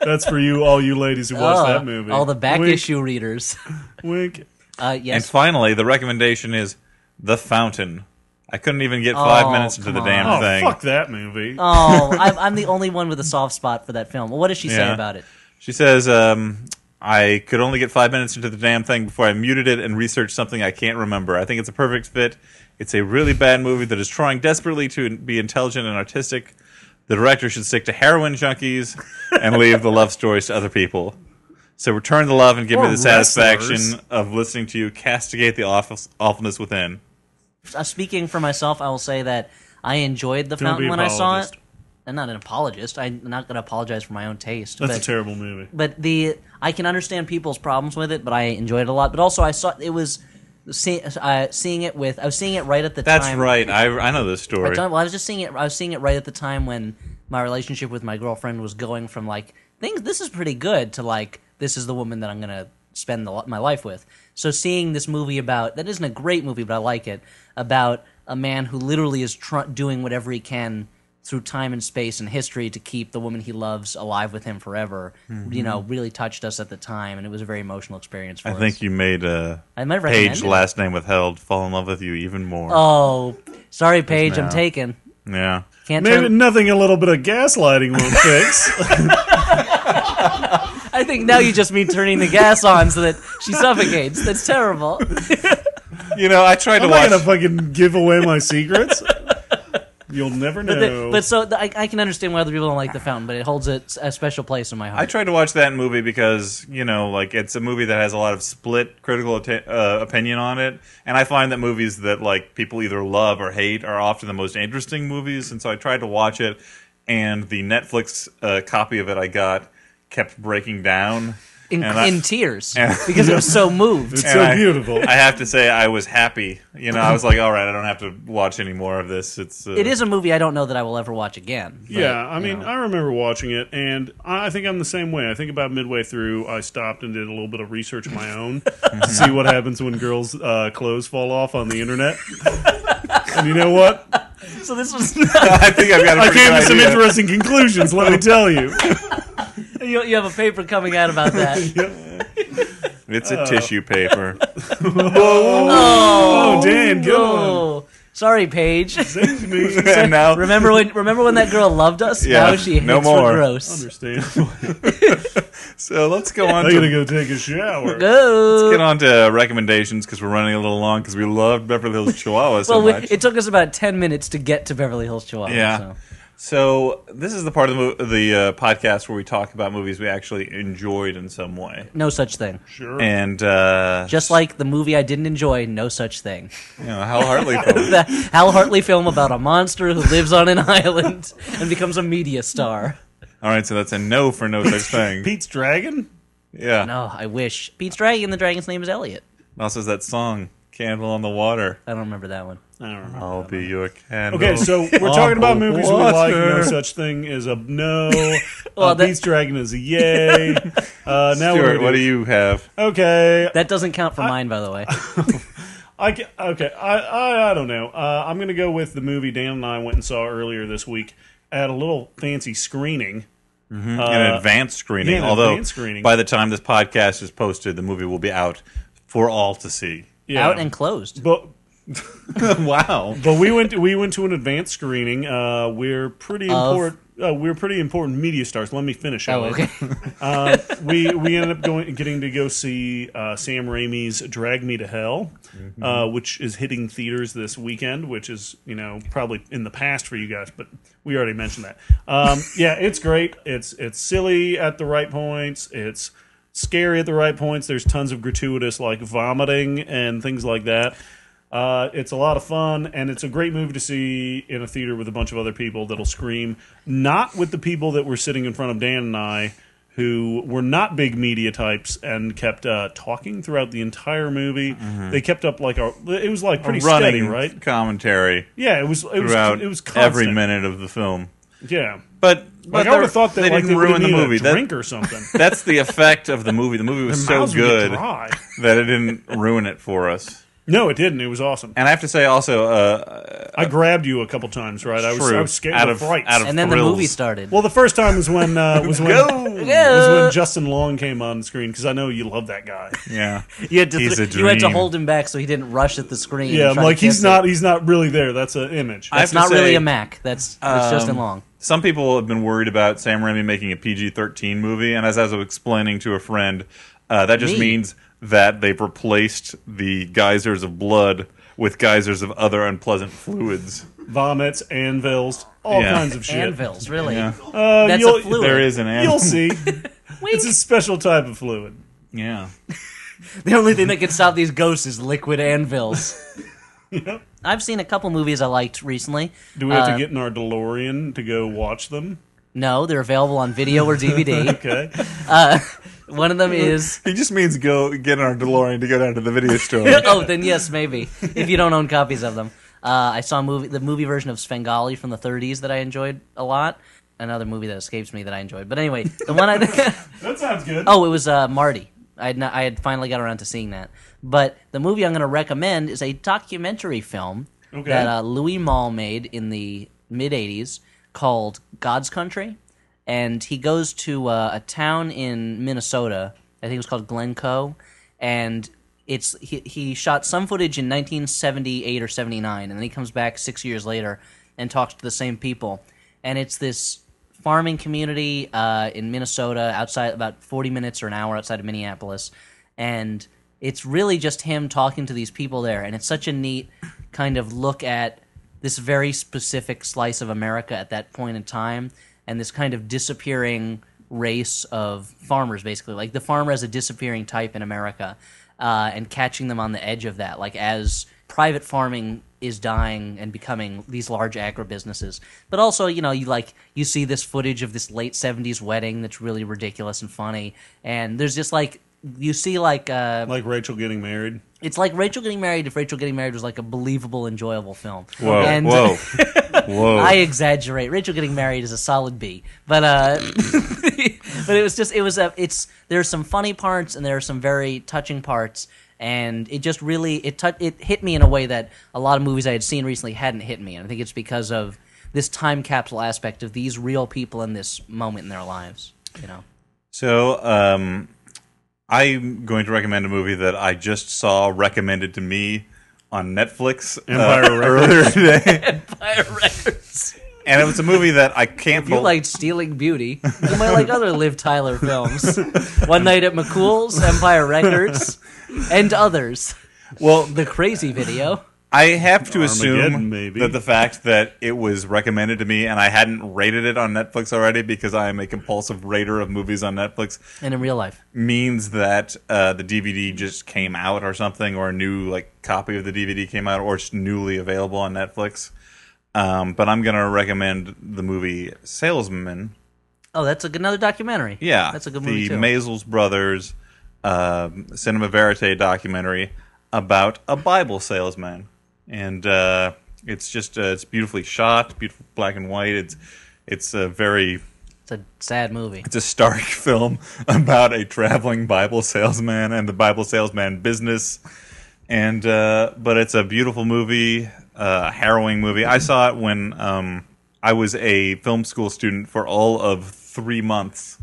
S2: That's for you, all you ladies who
S3: Oh,
S2: watched that movie.
S3: All the back
S2: Wink,
S3: issue readers.
S2: Wink.
S3: Uh,
S1: And
S3: yes.
S1: finally, the recommendation is The Fountain. I couldn't even get five
S3: Oh,
S1: minutes into
S3: come
S1: the
S3: on.
S1: damn
S2: Oh,
S1: thing.
S2: fuck that movie.
S3: oh, I'm, I'm the only one with a soft spot for that film. What does she say
S1: Yeah.
S3: about it?
S1: She says, um, I could only get five minutes into the damn thing before I muted it and researched something I can't remember. I think it's a perfect fit. It's a really bad movie that is trying desperately to be intelligent and artistic. The director should stick to heroin junkies and leave the love stories to other people. So return the love and give
S2: Or
S1: me the
S2: wrestlers.
S1: satisfaction of listening to you castigate the awful- awfulness within.
S3: Uh, speaking for myself, I will say that I enjoyed The
S2: Don't
S3: Fountain
S2: be
S3: when I saw it.
S2: apologist.
S3: I'm not an apologist. I'm not going to apologize for my own taste.
S2: That's
S3: but,
S2: a terrible movie.
S3: but the I can understand people's problems with it, but I enjoyed it a lot. But also, I saw it was see, uh, seeing it with I was seeing it right at the
S1: That's
S3: time.
S1: right. I, I know this story.
S3: I don't- well, I was just seeing it. I was seeing it right at the time when my relationship with my girlfriend was going from like things. This is pretty good to like this is the woman that I'm gonna spend the, my life with. So seeing this movie about that isn't a great movie, but I like it about a man who literally is tr- doing whatever he can through time and space and history to keep the woman he loves alive with him forever. You know, really touched us at the time, and it was a very emotional experience for
S1: Mm-hmm. I
S3: us.
S1: think you made uh,
S3: I might recommend
S1: Paige
S3: it.
S1: last name withheld fall in love with you even more.
S3: Oh, sorry, Paige, I'm
S1: now.
S3: taken.
S1: Yeah.
S3: Can't
S2: Maybe
S3: turn-
S2: nothing a little bit of gaslighting will fix.
S3: I think now you just mean turning the gas on so that she suffocates. That's terrible.
S1: You know, I tried
S2: I'm
S1: to
S2: not
S1: watch.
S2: gonna fucking give away my secrets. You'll never know.
S3: But, the- but so the, I, I can understand why other people don't like the fountain, but it holds a, a special place in my
S1: I
S3: heart.
S1: tried to watch that movie because you know, like it's a movie that has a lot of split critical atta- uh, opinion on it, and I find that movies that like people either love or hate are often the most interesting movies. And so I tried to watch it, and the Netflix uh, copy of it I got kept breaking down.
S3: in,
S1: and I-
S3: in tears because it was so moved.
S2: it's so
S1: and I-
S2: beautiful.
S1: I have to say, I was happy. You know, I was like, all right, I don't have to watch any more of this. It's uh,
S3: It is a movie I don't know that I will ever watch again. but-
S2: yeah, I mean, I remember watching it, and I I think I'm the same way. I think about midway through, I stopped and did a little bit of research of my own to see what happens when girls' uh, clothes fall off on the internet. and you know what?
S3: So this was
S1: I think I've got. a
S2: I
S1: pretty
S2: came to
S1: good
S2: some
S1: idea. Oh,
S2: interesting conclusions. Let me tell you.
S3: you, you have a paper coming out about that.
S1: It's a tissue paper.
S2: Oh, Dan, go.
S3: Oh, sorry, Paige.
S1: and now
S3: Remember when? Remember when that girl loved us?
S1: Yeah,
S3: now she hates
S1: no
S3: we're
S1: more.
S3: gross.
S2: Understand?
S1: So let's go on
S2: I
S1: to
S2: gotta go take a shower.
S3: No.
S1: get on to recommendations because we're running a little long because we loved Beverly Hills Chihuahua so
S3: Well, we,
S1: much.
S3: it took us about ten minutes to get to Beverly Hills Chihuahua.
S1: yeah.
S3: so.
S1: So this is the part of the, mo- the uh, podcast where we talk about movies we actually enjoyed in some way,
S3: No such thing.
S2: Sure.
S1: and uh,
S3: Just like the movie I didn't enjoy, no such thing.
S1: you know, Hal Hartley. film.
S3: The Hal Hartley film about a monster who lives on an island and becomes a media star.
S1: All right, so that's a no for no such thing.
S2: Pete's Dragon?
S1: Yeah.
S3: No, I wish. Pete's Dragon, the dragon's name is Elliot.
S1: And Also, that song "Candle on the Water."
S3: I don't remember that one.
S2: I don't remember.
S1: I'll be your candle.
S2: Okay, so we're talking about
S1: Oh,
S2: movies we like. No
S1: water.
S2: such thing is a no.
S3: Well,
S2: uh,
S3: that-
S2: Pete's Dragon is a yay. Uh, now
S1: Stuart,
S2: we're
S1: what do you have?
S2: Okay,
S3: That doesn't count for mine, by the way.
S2: I ca- okay. I, I I don't know. Uh, I'm gonna go with the movie Dan and I went and saw earlier this week at a little fancy screening.
S1: an advanced screening.
S2: uh, yeah, an
S1: although
S2: advanced screening.
S1: by the time this podcast is posted, the movie will be out for all to see.
S2: Yeah,
S3: Out and closed.
S2: but
S1: wow.
S2: but we went to, we went to an advanced screening. Uh, we're pretty important. Uh, we're pretty important media stars. Let me finish.
S3: Oh,
S2: Elliot.
S3: okay.
S2: Uh, we we ended up going getting to go see uh, Sam Raimi's Drag Me to Hell, uh, which is hitting theaters this weekend, which is you know probably in the past for you guys, but we already mentioned that. Um, yeah, it's great. It's it's silly at the right points. It's scary at the right points. There's tons of gratuitous like vomiting and things like that. Uh, it's a lot of fun, and it's a great movie to see in a theater with a bunch of other people that'll scream. Not with the people that were sitting in front of Dan and I, who were not big media types and kept uh, talking throughout the entire movie. They kept up like a. It was like pretty
S1: Mm-hmm. running
S2: steady, right?
S1: commentary
S2: Yeah, it was. It was.
S1: throughout
S2: It was constant.
S1: every minute of the film.
S2: Yeah.
S1: But,
S2: Like
S1: but
S2: I would
S1: they're-
S2: have thought that
S1: they
S2: like
S1: didn't
S2: they
S1: ruin
S2: ruined
S1: the movie. That-
S2: uh, drink or something.
S1: that's the effect of the movie. The movie was so
S2: Mouths would get
S1: good
S2: dry.
S1: that it didn't ruin it for us.
S2: No, it didn't. It was awesome.
S1: And I have to say, also, uh,
S2: I grabbed you a couple times, right? I was,
S1: True.
S2: I was scared
S1: Out
S2: of
S1: of-
S2: fright.
S1: out of-
S3: And then the
S1: Thrills.
S3: movie started.
S2: well, the first time was when uh, was when was when Justin Long came on the screen because I know you love that guy.
S1: yeah,
S3: you, had to
S1: he's a
S3: you had to
S1: dream.
S3: hold him back so he didn't rush at the screen.
S2: Yeah,
S3: and
S2: I'm
S3: try to
S2: like he's
S3: kiss
S2: not
S3: It.
S2: he's not really there. That's an image.
S1: I have
S3: It's
S1: to
S3: not
S1: say,
S3: really a Mac. That's it's
S1: um,
S3: Justin Long.
S1: Some people have been worried about Sam Raimi making a PG 13 movie, and as I was explaining to a friend, uh, that just
S3: Me.
S1: means that they've replaced the geysers of blood with geysers of other unpleasant fluids.
S2: Vomits, anvils, all
S1: Yeah.
S2: kinds of shit.
S3: Anvils, really.
S1: Yeah.
S2: Uh,
S3: That's
S2: you'll-
S3: a fluid.
S1: There is an animal.
S2: You'll see. it's a special type of fluid.
S1: Yeah.
S3: The only thing that can stop these ghosts is liquid anvils. I've seen a couple movies I liked recently.
S2: Do we have
S3: Uh,
S2: to get in our DeLorean to go watch them?
S3: No, they're available on video or DVD.
S2: Okay.
S3: One of them is
S1: He just means go get in our DeLorean to go down to the video store.
S3: oh, then yes, maybe if you don't own copies of them. Uh, I saw a movie, the movie version of Svengali from the 30s that I enjoyed a lot. Another movie that escapes me that I enjoyed, but anyway, the one I
S2: that sounds good.
S3: oh, it Oh, was uh, Marty. I had not, I had finally got around to seeing that. But the movie I'm going to recommend is a documentary film
S2: Okay.
S3: that uh, Louis Malle made in the mid '80s called God's Country, and he goes to uh, a town in Minnesota. I think it was called Glencoe, and it's he, he shot some footage in 1978 or 79, and then he comes back six years later and talks to the same people, and it's this farming community uh, in Minnesota, outside about 40 minutes or an hour outside of Minneapolis, and it's really just him talking to these people there, and it's such a neat kind of look at this very specific slice of America at that point in time, and this kind of disappearing race of farmers, basically, like the farmer as a disappearing type in America, uh, and catching them on the edge of that, like as private farming is dying and becoming these large agribusinesses. But also, you know, you like you see this footage of this late '70s wedding that's really ridiculous and funny, and there's just like you see like uh,
S2: like Rachel getting married.
S3: it's like Rachel getting married. If Rachel getting married was like a believable, enjoyable film.
S1: Whoa,
S3: and
S1: whoa, whoa!
S3: I exaggerate. Rachel getting married is a solid B, but uh, but it was just it was a it's there's some funny parts and there are some very touching parts, and it just really it tou- it hit me in a way that a lot of movies I had seen recently hadn't hit me, and I think it's because of this time capsule aspect of these real people in this moment in their lives. You know,
S1: So, um, I'm going to recommend a movie that I just saw recommended to me on Netflix uh,
S2: Empire
S1: earlier today,
S3: Fire Records.
S1: and it was a movie that I can't.
S3: You
S1: bel-
S3: liked Stealing Beauty. You might like other Liv Tyler films. One Night at McCool's, Empire Records, and others.
S1: well,
S3: The Crazy Video.
S1: I have to assume
S2: Armageddon, maybe.
S1: that the fact that it was recommended to me and I hadn't rated it on Netflix already because I am a compulsive rater of movies on Netflix
S3: And in real life.
S1: means that uh, the DVD just came out or something, or a new like copy of the DVD came out, or it's newly available on Netflix. Um, but I'm gonna recommend the movie Salesman.
S3: Oh, that's a good, another documentary.
S1: Yeah,
S3: That's a good
S1: the
S3: movie, too.
S1: Maisels brothers um cinema verite documentary about a Bible salesman, and uh, it's just uh, it's beautifully shot, beautiful black and white. It's it's a very
S3: it's a sad movie.
S1: it's a stark film about a traveling Bible salesman and the Bible salesman business. And uh, but it's a beautiful movie, uh, harrowing movie. I saw it when um, I was a film school student for all of three months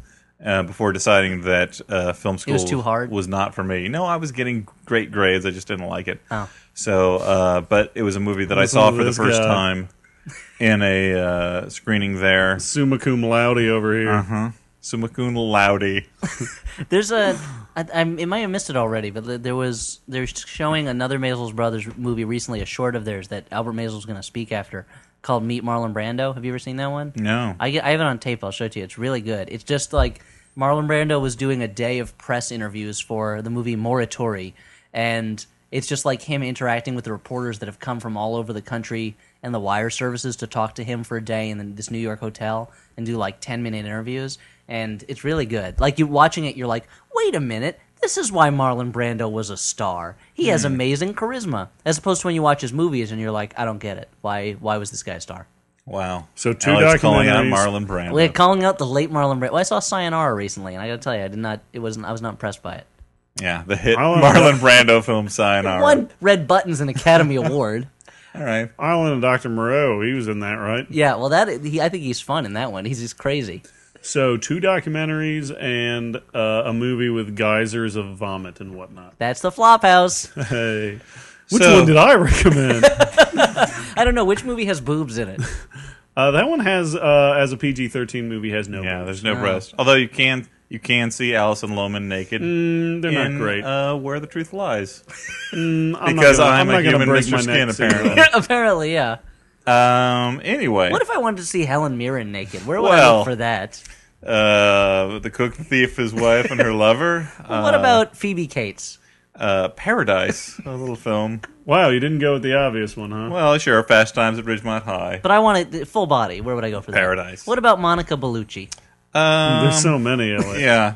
S1: uh, before deciding that uh, film school
S3: was too hard?
S1: was not for me. No, I was getting great grades. I just didn't like it.
S3: Oh.
S1: So, uh, but it was a movie that I
S2: Listen
S1: saw
S2: to
S1: for the
S2: this
S1: first
S2: guy.
S1: time in a uh, screening there.
S2: Summa cum laude over here.
S1: Uh-huh. Summa cum laude.
S3: There's a. I, I'm, it might have missed it already, but th- there was they're showing another Maisels Brothers movie recently, a short of theirs that Albert Maisels was going to speak after, called Meet Marlon Brando. Have you ever seen that one?
S1: No.
S3: I, get, I have it on tape. I'll show it to you. It's really good. It's just like Marlon Brando was doing a day of press interviews for the movie Moratori, and it's just like him interacting with the reporters that have come from all over the country and the wire services to talk to him for a day in this New York hotel and do like 10 minute interviews. And it's really good. Like you watching it, you're like, wait a minute. This is why Marlon Brando was a star. He has amazing charisma, as opposed to when you watch his movies and you're like, I don't get it. Why? Why was this guy a star?
S1: Wow.
S2: So two
S1: Alex calling out
S2: documentaries.
S1: Marlon Brando.
S3: We're calling out the late Marlon Brando. Well, I saw Sayonara recently, and I got to tell you, I did not. It wasn't. I was not impressed by it.
S1: yeah, the hit
S2: Marlon-
S1: Marlon Brando film Sayonara.
S3: One red button's an Academy Award.
S1: All right.
S2: Island and Dr. Moreau, he was in that, right?
S3: Yeah, well, that he, I think he's fun in that one. He's just crazy.
S2: So two documentaries and uh, a movie with geysers of vomit and whatnot.
S3: That's the Flophouse.
S2: Hey, which
S1: So-
S2: one did I recommend?
S3: I don't know which movie has boobs in it.
S2: uh, that one has, uh, as a PG thirteen movie, has no.
S1: Yeah, there's no breast. Although you can you can see Allison Loman naked.
S2: Mm, they're
S1: in,
S2: not great.
S1: Uh, where the truth lies.
S2: I'm not
S1: because
S2: gonna-
S1: I'm a
S2: not gonna
S1: human
S2: break
S1: Mr.
S2: my
S1: Skin,
S2: neck, so-
S1: apparently.
S3: Apparently, yeah.
S1: um. Anyway,
S3: What if I wanted to see Helen Mirren naked? Where would I
S1: Well,
S3: look for that?
S1: uh, the cook, the thief, his wife, and her lover. Uh,
S3: What about Phoebe Cates?
S1: uh, Paradise? A little film.
S2: wow, you didn't go with the obvious one, huh?
S1: Well, sure. Fast Times at Ridgemont High.
S3: But I want it full body. Where would I go for that?
S1: Paradise.
S3: What about Monica Bellucci?
S1: Um,
S2: There's so many. Alex.
S1: yeah.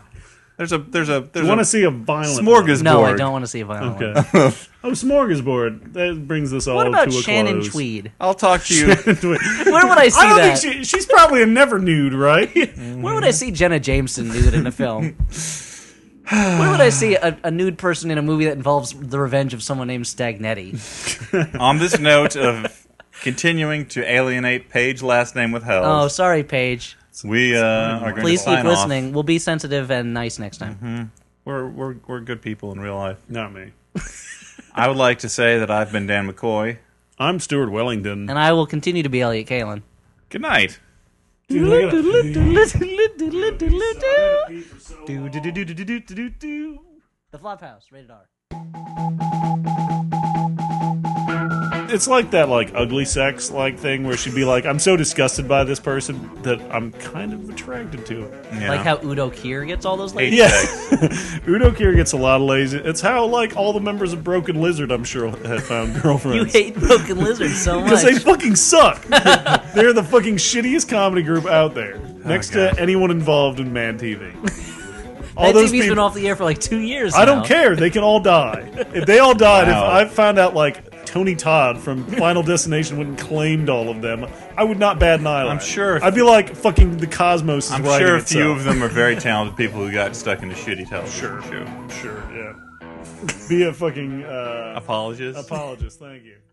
S1: There's a there's a there's
S2: I want
S1: a
S2: to see a violent
S1: smorgasbord.
S3: No, I don't want to see a violent
S2: one.
S3: one.
S2: Okay. oh, smorgasbord. That brings this all
S3: What about
S2: to a
S3: Shannon
S2: close.
S3: Tweed?
S1: I'll talk to you.
S3: Where would I see
S2: I don't
S3: that?
S2: think she, she's probably a never nude, right?
S3: Where would I see Jenna Jameson nude in a film? Why would I see a, a nude person in a movie that involves the revenge of someone named Stagnetti?
S1: On this note of continuing to alienate Paige last name withheld,
S3: Oh, sorry, Paige.
S1: we uh, are going
S3: Please
S1: to sign
S3: keep
S1: off.
S3: listening. We'll be sensitive and nice next time.
S2: Mm-hmm.
S1: We're, we're we're good people in real life.
S2: Not me.
S1: I would like to say that I've been Dan McCoy.
S2: I'm Stuart Wellington.
S3: And I will continue to be Elliot Kalen.
S1: Good night.
S2: Dude, look at that.
S3: The Flophouse, rated R.
S2: It's like that like ugly sex like thing where she'd be like, I'm so disgusted by this person that I'm kind of attracted to him.
S1: Yeah.
S3: Like how Udo Kier gets all those ladies.
S1: Hate sex.
S2: Yes. Udo Kier gets a lot of lazy. It's how like all the members of Broken Lizard, I'm sure, have found
S3: You
S2: girlfriends.
S3: hate Broken Lizard so much.
S2: Because they fucking suck. They're the fucking shittiest comedy group out there. Next
S1: Oh, God.
S2: to anyone involved in Mad TV. All
S3: That
S2: those
S3: TV's been
S2: people-
S3: off the air for like two years.
S2: I don't
S3: now.
S2: care. They can all die. If they all died,
S1: Wow.
S2: if I found out like Tony Todd from Final Destination wouldn't claimed all of them, I would not bat an eyelid.
S1: I'm sure if-
S2: I'd be like fucking the cosmos. Is
S1: I'm
S2: writing
S1: sure a
S2: itself.
S1: few of them are very talented people who got stuck in a shitty television sure. show.
S2: Sure, yeah. be a fucking uh,
S1: Apologies.
S2: apologist. Thank you.